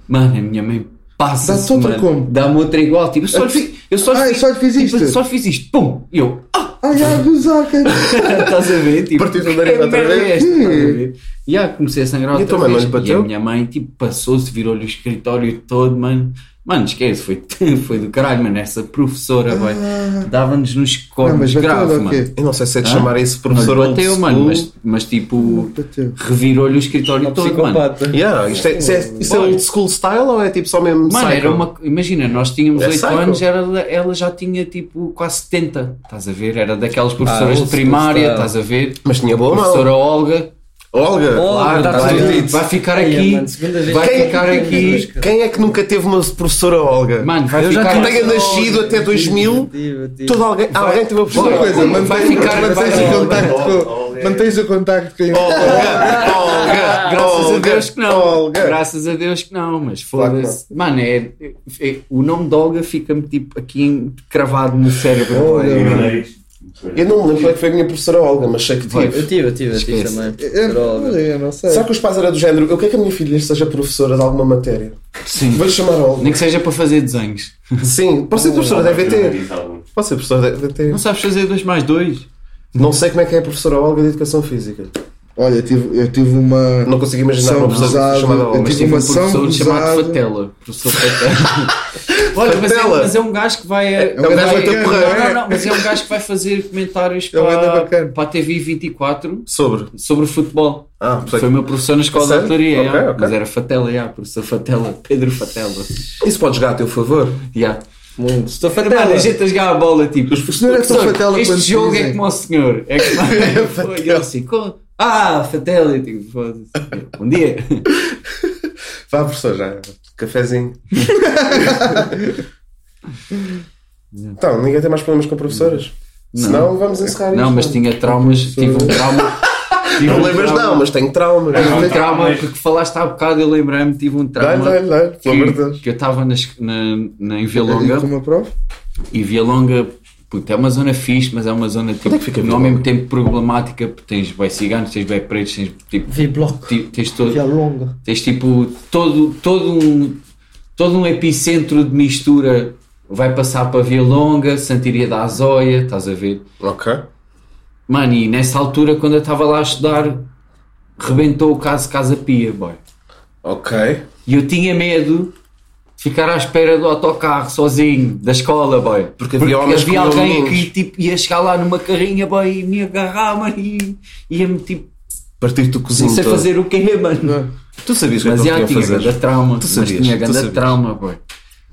[SPEAKER 2] Mano, a minha mãe passa
[SPEAKER 1] Dá-te outra como?
[SPEAKER 2] Dá-me outra igual. Tipo, eu só lhe fiz, eu só lhe
[SPEAKER 1] Ah, eu
[SPEAKER 2] fiz,
[SPEAKER 1] só lhe fiz
[SPEAKER 2] tipo,
[SPEAKER 1] isto?
[SPEAKER 2] só lhe fiz isto. Pum! E eu, ah!
[SPEAKER 1] Ai, ai, gozar, cara.
[SPEAKER 2] Estás a ver? Tipo,
[SPEAKER 4] Partiu-te o nariz
[SPEAKER 2] que
[SPEAKER 4] outra
[SPEAKER 2] merda
[SPEAKER 4] vez?
[SPEAKER 2] é esta? Estás a ver? E ah, comecei a sangrar
[SPEAKER 4] E a
[SPEAKER 2] outra
[SPEAKER 4] tua mãe não
[SPEAKER 2] vez. E
[SPEAKER 4] lhe
[SPEAKER 2] a
[SPEAKER 4] bateu?
[SPEAKER 2] minha mãe, tipo, passou-se, virou-lhe o escritório todo, mano. Mano, esquece, foi, foi do caralho, mano. Essa professora, bué,
[SPEAKER 4] Ah.
[SPEAKER 2] dava-nos nos
[SPEAKER 1] Não, mas
[SPEAKER 2] cornos graves,
[SPEAKER 1] bateu ou
[SPEAKER 2] mano.
[SPEAKER 1] quê?
[SPEAKER 4] Eu não sei se é de
[SPEAKER 2] Hã?
[SPEAKER 4] chamar isso professor
[SPEAKER 2] Professor
[SPEAKER 4] old
[SPEAKER 2] bateu,
[SPEAKER 4] school.
[SPEAKER 2] mano, mas, mas tipo,
[SPEAKER 1] Bateu.
[SPEAKER 2] revirou-lhe o escritório todo, mano.
[SPEAKER 3] Psicopata.
[SPEAKER 4] Yeah, isto é, isso é, isso é
[SPEAKER 2] Boy.
[SPEAKER 4] old school style ou é tipo só mesmo
[SPEAKER 2] Mano,
[SPEAKER 4] psycho?
[SPEAKER 2] era uma. Imagina, nós tínhamos
[SPEAKER 4] É
[SPEAKER 2] 8
[SPEAKER 4] psycho.
[SPEAKER 2] anos, era, ela já tinha tipo quase 70. Estás a ver? Era daquelas professoras
[SPEAKER 3] Ah, old
[SPEAKER 2] de
[SPEAKER 3] school
[SPEAKER 2] primária,
[SPEAKER 3] style.
[SPEAKER 2] estás a ver?
[SPEAKER 4] Mas tinha boa
[SPEAKER 2] Professora
[SPEAKER 4] mão.
[SPEAKER 2] Olga,
[SPEAKER 4] Olga,
[SPEAKER 3] Olga,
[SPEAKER 2] claro,
[SPEAKER 3] tá
[SPEAKER 2] vai,
[SPEAKER 3] tudo dito.
[SPEAKER 2] vai ficar
[SPEAKER 3] Ai,
[SPEAKER 2] aqui,
[SPEAKER 3] mano, segunda vez.
[SPEAKER 2] vai
[SPEAKER 4] Quem-
[SPEAKER 2] ficar aqui.
[SPEAKER 4] quem é que nunca teve uma professora Olga?
[SPEAKER 2] Mano, vai
[SPEAKER 3] Eu já
[SPEAKER 2] ficar
[SPEAKER 4] que
[SPEAKER 3] Cara,
[SPEAKER 4] tenha nascido até
[SPEAKER 3] é
[SPEAKER 4] 2000,
[SPEAKER 3] Tive, tive.
[SPEAKER 4] todo alguém, alguém teve uma
[SPEAKER 1] Uma
[SPEAKER 4] professora
[SPEAKER 1] coisa,
[SPEAKER 4] Olga.
[SPEAKER 1] mantens,
[SPEAKER 2] vai ficar-
[SPEAKER 1] mantens
[SPEAKER 2] vai-
[SPEAKER 1] o contacto com...
[SPEAKER 5] Olga.
[SPEAKER 1] Mantens o contacto com...
[SPEAKER 4] Olga, Olga,
[SPEAKER 2] Ah, Graças a
[SPEAKER 4] Olga,
[SPEAKER 2] Deus que não.
[SPEAKER 4] Olga.
[SPEAKER 2] Graças a Deus que não, mas
[SPEAKER 4] Claro que
[SPEAKER 2] foda-se. Mano, é, é- o nome de Olga fica-me tipo aqui em- cravado no cérebro.
[SPEAKER 1] Olga,
[SPEAKER 5] Meu
[SPEAKER 1] mano.
[SPEAKER 5] nariz.
[SPEAKER 4] Eu não me lembro qual é que foi a minha professora Olga, mas sei que tive.
[SPEAKER 3] Eu tive, eu tive, eu tive
[SPEAKER 2] Esquece.
[SPEAKER 3] também.
[SPEAKER 1] Eu, olha, eu não sei.
[SPEAKER 4] Será que os pais eram do género? Eu quero que a minha filha seja professora de alguma matéria.
[SPEAKER 2] Sim.
[SPEAKER 4] Vou-lhe chamar Olga.
[SPEAKER 2] Nem que seja para fazer desenhos.
[SPEAKER 4] Sim, pode ser professora da
[SPEAKER 5] Meu
[SPEAKER 4] EVT.
[SPEAKER 5] nariz, alguns.
[SPEAKER 4] Pode ser professora da EVT.
[SPEAKER 2] Não sabes fazer 2 mais 2?
[SPEAKER 4] Não sei como é que é a professora Olga de Educação Física.
[SPEAKER 1] Olha, eu tive, eu tive uma...
[SPEAKER 4] Não consigo imaginar
[SPEAKER 1] São
[SPEAKER 4] uma professora
[SPEAKER 1] pesado,
[SPEAKER 4] chamada Olga.
[SPEAKER 1] eu
[SPEAKER 2] Mas
[SPEAKER 1] tive
[SPEAKER 2] tive um
[SPEAKER 1] uma ação
[SPEAKER 2] professor chamado
[SPEAKER 1] gozada.
[SPEAKER 2] Fatela. Professor Fatela. Olha, mas é,
[SPEAKER 4] Fatela.
[SPEAKER 2] mas é um gajo que vai. a-
[SPEAKER 4] um
[SPEAKER 2] vai-
[SPEAKER 4] gajo que vai ter porrada,
[SPEAKER 2] não, não,
[SPEAKER 4] é?
[SPEAKER 2] não, mas é um gajo que vai fazer comentários
[SPEAKER 1] É um gajo
[SPEAKER 2] para,
[SPEAKER 1] bacana.
[SPEAKER 2] para a TV 24
[SPEAKER 4] Sobre.
[SPEAKER 2] sobre futebol.
[SPEAKER 4] Ah, perfeito.
[SPEAKER 2] Foi o meu professor na escola de
[SPEAKER 4] sério?
[SPEAKER 2] autoria,
[SPEAKER 4] Ok,
[SPEAKER 2] yeah.
[SPEAKER 4] ok.
[SPEAKER 2] mas era Fatela, yeah, professor Fatela, Pedro Fatela.
[SPEAKER 4] Isso pode jogar a teu favor.
[SPEAKER 2] Yeah.
[SPEAKER 3] Estou
[SPEAKER 2] Mano, a
[SPEAKER 3] fatal.
[SPEAKER 2] gente a jogar a bola, tipo,
[SPEAKER 1] Os professores são
[SPEAKER 2] professor,
[SPEAKER 1] fatela
[SPEAKER 2] este
[SPEAKER 1] quando
[SPEAKER 2] jogo é
[SPEAKER 1] dizem.
[SPEAKER 2] como o senhor. É como E eu assim, "Co- ah, Fatela, eu digo, "Foda-se." bom dia.
[SPEAKER 4] Vá, professor, já. Cafézinho. então, ninguém tem mais problemas com professoras?
[SPEAKER 2] Não.
[SPEAKER 4] Senão vamos encerrar
[SPEAKER 2] Não,
[SPEAKER 4] isto.
[SPEAKER 2] mas tinha traumas, tive um trauma. tive
[SPEAKER 4] Não
[SPEAKER 2] um
[SPEAKER 4] lembras
[SPEAKER 2] trauma-
[SPEAKER 4] não, mas tenho trauma.
[SPEAKER 2] Tive um
[SPEAKER 5] Não,
[SPEAKER 2] trauma,
[SPEAKER 5] mas-
[SPEAKER 2] porque falaste há bocado, eu lembrei-me, tive um
[SPEAKER 4] Dá-lhe,
[SPEAKER 2] trauma.
[SPEAKER 4] dá-lhe, dá-lhe, pelo amor de
[SPEAKER 2] Que,
[SPEAKER 4] Deus.
[SPEAKER 2] que eu estava na, es- na, na, em Via
[SPEAKER 1] E com
[SPEAKER 2] Longa
[SPEAKER 1] uma prova?
[SPEAKER 2] e Via Longa puto, é uma zona fixe, mas é uma zona tipo,
[SPEAKER 4] é que fica Via
[SPEAKER 2] no
[SPEAKER 4] Longa?
[SPEAKER 2] mesmo tempo problemática porque tens bem ciganos, tens bem pretos, tens tipo,
[SPEAKER 3] Vi bloco.
[SPEAKER 2] ti- tens todo,
[SPEAKER 1] é
[SPEAKER 3] Vi a longa.
[SPEAKER 2] Tens tipo todo, todo, um, todo um epicentro de mistura. Vai passar para Via Longa, Santiria da Azóia, estás a ver?
[SPEAKER 4] Ok.
[SPEAKER 2] Mano, e nessa altura, quando eu estava lá a estudar, rebentou o caso Casa Pia, boy.
[SPEAKER 4] Ok.
[SPEAKER 2] E eu tinha medo de ficar à espera do autocarro sozinho, da escola, boy.
[SPEAKER 4] Porque havia homens
[SPEAKER 2] havia
[SPEAKER 4] com
[SPEAKER 2] alguém
[SPEAKER 4] alunos.
[SPEAKER 2] que tipo, ia chegar lá numa carrinha, boy, e me agarrar, mano, e ia-me tipo,
[SPEAKER 4] Partir do
[SPEAKER 2] não
[SPEAKER 4] cozinho
[SPEAKER 2] sei
[SPEAKER 4] todo.
[SPEAKER 2] fazer o quê, mano.
[SPEAKER 4] Tu sabias o que é
[SPEAKER 2] Mas
[SPEAKER 4] que
[SPEAKER 2] já
[SPEAKER 4] eles
[SPEAKER 2] tinha
[SPEAKER 4] queriam
[SPEAKER 2] grande
[SPEAKER 4] fazer.
[SPEAKER 2] trauma,
[SPEAKER 4] Tu
[SPEAKER 2] mas
[SPEAKER 4] sabias,
[SPEAKER 2] tinha
[SPEAKER 4] tu
[SPEAKER 2] grande
[SPEAKER 4] sabias.
[SPEAKER 2] trauma, boy.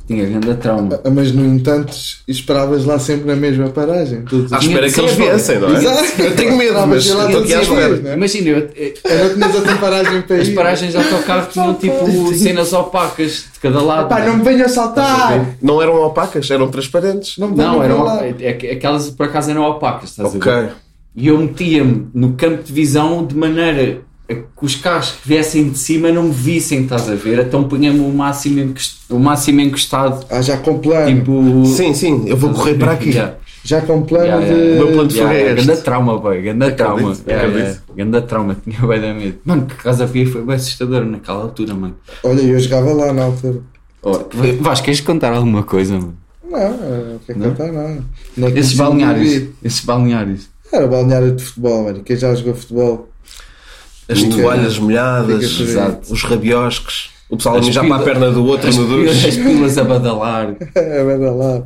[SPEAKER 2] Tinha grande trauma.
[SPEAKER 1] Ah, Mas no entanto esperavas lá sempre na mesma paragem. Todos
[SPEAKER 4] À
[SPEAKER 1] os-
[SPEAKER 2] Tinha
[SPEAKER 4] espera
[SPEAKER 2] de
[SPEAKER 4] que eles
[SPEAKER 2] ser, boy.
[SPEAKER 4] viessem, não é?
[SPEAKER 1] Exato.
[SPEAKER 4] Eu tenho medo, mas
[SPEAKER 1] Esperavas lá
[SPEAKER 4] estou
[SPEAKER 1] todos
[SPEAKER 4] aqui à
[SPEAKER 1] os
[SPEAKER 4] espera.
[SPEAKER 1] dias, né?
[SPEAKER 2] Imagina, eu- eh,
[SPEAKER 1] Eu não tinhas outra paragem para ir.
[SPEAKER 2] As paragens de autocarro tinham tipo cenas opacas de cada lado. né?
[SPEAKER 1] Pá, não me venham saltar!
[SPEAKER 4] Não eram opacas, eram transparentes.
[SPEAKER 1] Não me venham
[SPEAKER 2] Não,
[SPEAKER 1] para
[SPEAKER 2] eram
[SPEAKER 1] lá.
[SPEAKER 2] op- é que- aquelas por acaso eram opacas, estás
[SPEAKER 4] Ok.
[SPEAKER 2] a ver? E eu metia-me no campo de visão de maneira a que os carros que viessem de cima não me vissem, estás a ver? Então punha-me o máximo, encos- o máximo encostado,
[SPEAKER 1] Ah, já com plano.
[SPEAKER 2] tipo.
[SPEAKER 4] Sim, sim, eu vou correr para aqui.
[SPEAKER 2] Yeah.
[SPEAKER 1] Já com plano
[SPEAKER 2] Yeah,
[SPEAKER 1] de.
[SPEAKER 2] yeah.
[SPEAKER 4] O meu plano de fuga é este.
[SPEAKER 2] Ganda trauma, boy, ganda trauma.
[SPEAKER 4] acredito,
[SPEAKER 2] Yeah,
[SPEAKER 4] acredito.
[SPEAKER 2] yeah. Ganda trauma, tinha bem da medo. Mano, que casa via foi bem assustador naquela altura, mano.
[SPEAKER 1] Olha, eu jogava lá na altura.
[SPEAKER 4] Oh,
[SPEAKER 2] Vasco, queres contar alguma coisa, mano?
[SPEAKER 1] Não, eh, não quer cantar nada. Não é que
[SPEAKER 2] Esses
[SPEAKER 1] me
[SPEAKER 2] balneários.
[SPEAKER 1] envolvi.
[SPEAKER 2] Esses balneários.
[SPEAKER 1] Era balneário de futebol, mano. Quem já jogou futebol?
[SPEAKER 4] As
[SPEAKER 1] Fica-
[SPEAKER 4] toalhas molhadas,
[SPEAKER 1] fica por aí.
[SPEAKER 4] exato, os rabiosques, o pessoal
[SPEAKER 2] As
[SPEAKER 4] a mijar
[SPEAKER 2] pila-
[SPEAKER 4] para a perna do outro
[SPEAKER 2] As
[SPEAKER 4] no
[SPEAKER 2] pilas, as
[SPEAKER 4] duche,
[SPEAKER 2] pilas a badalar.
[SPEAKER 1] É, vai dar lá.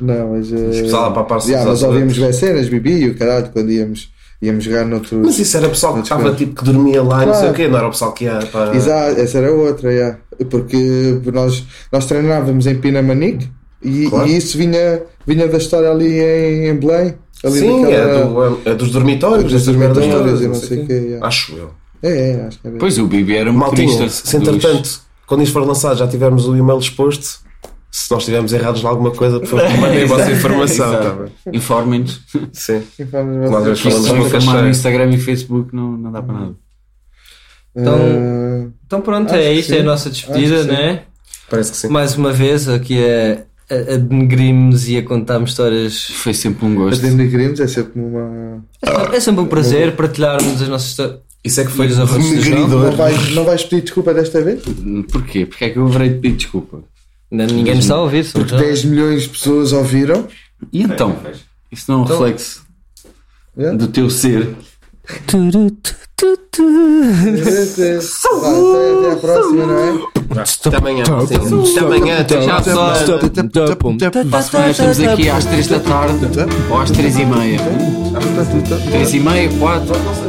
[SPEAKER 1] Não, mas.
[SPEAKER 4] o
[SPEAKER 1] eh,
[SPEAKER 4] pessoal a papar-se
[SPEAKER 1] yeah,
[SPEAKER 4] uns
[SPEAKER 1] nós
[SPEAKER 4] aos
[SPEAKER 1] ouvimos
[SPEAKER 4] outros.
[SPEAKER 1] bem cenas, bebi e o caralho, quando íamos, íamos jogar noutro.
[SPEAKER 4] Mas isso era pessoal que
[SPEAKER 1] Muito
[SPEAKER 4] estava
[SPEAKER 1] bem.
[SPEAKER 4] tipo que dormia lá, e não sei
[SPEAKER 1] Claro.
[SPEAKER 4] o quê, não era o pessoal que ia para.
[SPEAKER 1] Exato, essa era outra, yeah. porque nós, nós treinávamos em Pinamanique e,
[SPEAKER 4] Claro.
[SPEAKER 1] e isso vinha, vinha da história ali em, em Belém. Ali
[SPEAKER 4] Sim,
[SPEAKER 1] naquela-
[SPEAKER 4] é, do- é dos dormitórios,
[SPEAKER 1] Dos
[SPEAKER 4] dessas merdas
[SPEAKER 1] dormitórios
[SPEAKER 4] todas,
[SPEAKER 1] e não sei o quê, yeah.
[SPEAKER 4] Acho eu.
[SPEAKER 1] É, é, acho que era.
[SPEAKER 2] Pois o Bibi era um
[SPEAKER 4] Maltinha,
[SPEAKER 2] motorista.
[SPEAKER 4] se entretanto, quando isto for lançado, já tivermos o e-mail exposto, se nós estivermos errados em alguma coisa, por favor, mandem a vossa informação. tá bem?
[SPEAKER 2] Informem-nos.
[SPEAKER 4] Sim.
[SPEAKER 1] Quem assim fala nos
[SPEAKER 4] Nós
[SPEAKER 1] vocês?
[SPEAKER 4] já
[SPEAKER 2] Que isto
[SPEAKER 4] Falamos
[SPEAKER 2] se
[SPEAKER 4] uma
[SPEAKER 2] confirmar no
[SPEAKER 4] cacheira.
[SPEAKER 2] Instagram e Facebook não, não dá para nada.
[SPEAKER 1] Ah,
[SPEAKER 3] Então pronto,
[SPEAKER 1] Acho
[SPEAKER 3] é
[SPEAKER 1] que
[SPEAKER 3] isto,
[SPEAKER 1] sim.
[SPEAKER 3] é a nossa
[SPEAKER 1] Acho
[SPEAKER 3] despedida,
[SPEAKER 1] que sim.
[SPEAKER 3] né?
[SPEAKER 4] Parece que sim.
[SPEAKER 3] Mais uma vez, aqui é a, a denegrirmos e a contarmos histórias.
[SPEAKER 2] Foi sempre um
[SPEAKER 1] Os
[SPEAKER 2] gosto.
[SPEAKER 1] denegrimos é sempre uma.
[SPEAKER 3] É sempre um prazer partilharmos as nossas histórias.
[SPEAKER 4] Isso é que
[SPEAKER 3] E
[SPEAKER 4] foi
[SPEAKER 3] os arrotos de
[SPEAKER 4] denegridor.
[SPEAKER 1] Não vais, não vais pedir desculpa desta vez?
[SPEAKER 2] Porquê? Porque é que eu haverei de pedir desculpa?
[SPEAKER 3] Ainda Ninguém nos está a ouvir, somos
[SPEAKER 1] Porque
[SPEAKER 3] nós.
[SPEAKER 1] 10 milhões de pessoas ouviram.
[SPEAKER 2] E então? Isso não é um
[SPEAKER 3] Então-
[SPEAKER 2] reflexo
[SPEAKER 4] É?
[SPEAKER 1] Yeah.
[SPEAKER 2] do teu ser.
[SPEAKER 3] Turu, tu, tu, tu.
[SPEAKER 1] Vai, até, até à próxima, não é?
[SPEAKER 4] Até amanhã. sim. Até amanhã,
[SPEAKER 2] Então,
[SPEAKER 4] até já. pessoal.
[SPEAKER 2] Para a semana então, estamos aqui às 3 da tarde ou às 3 e meia. 3 e meia, 4.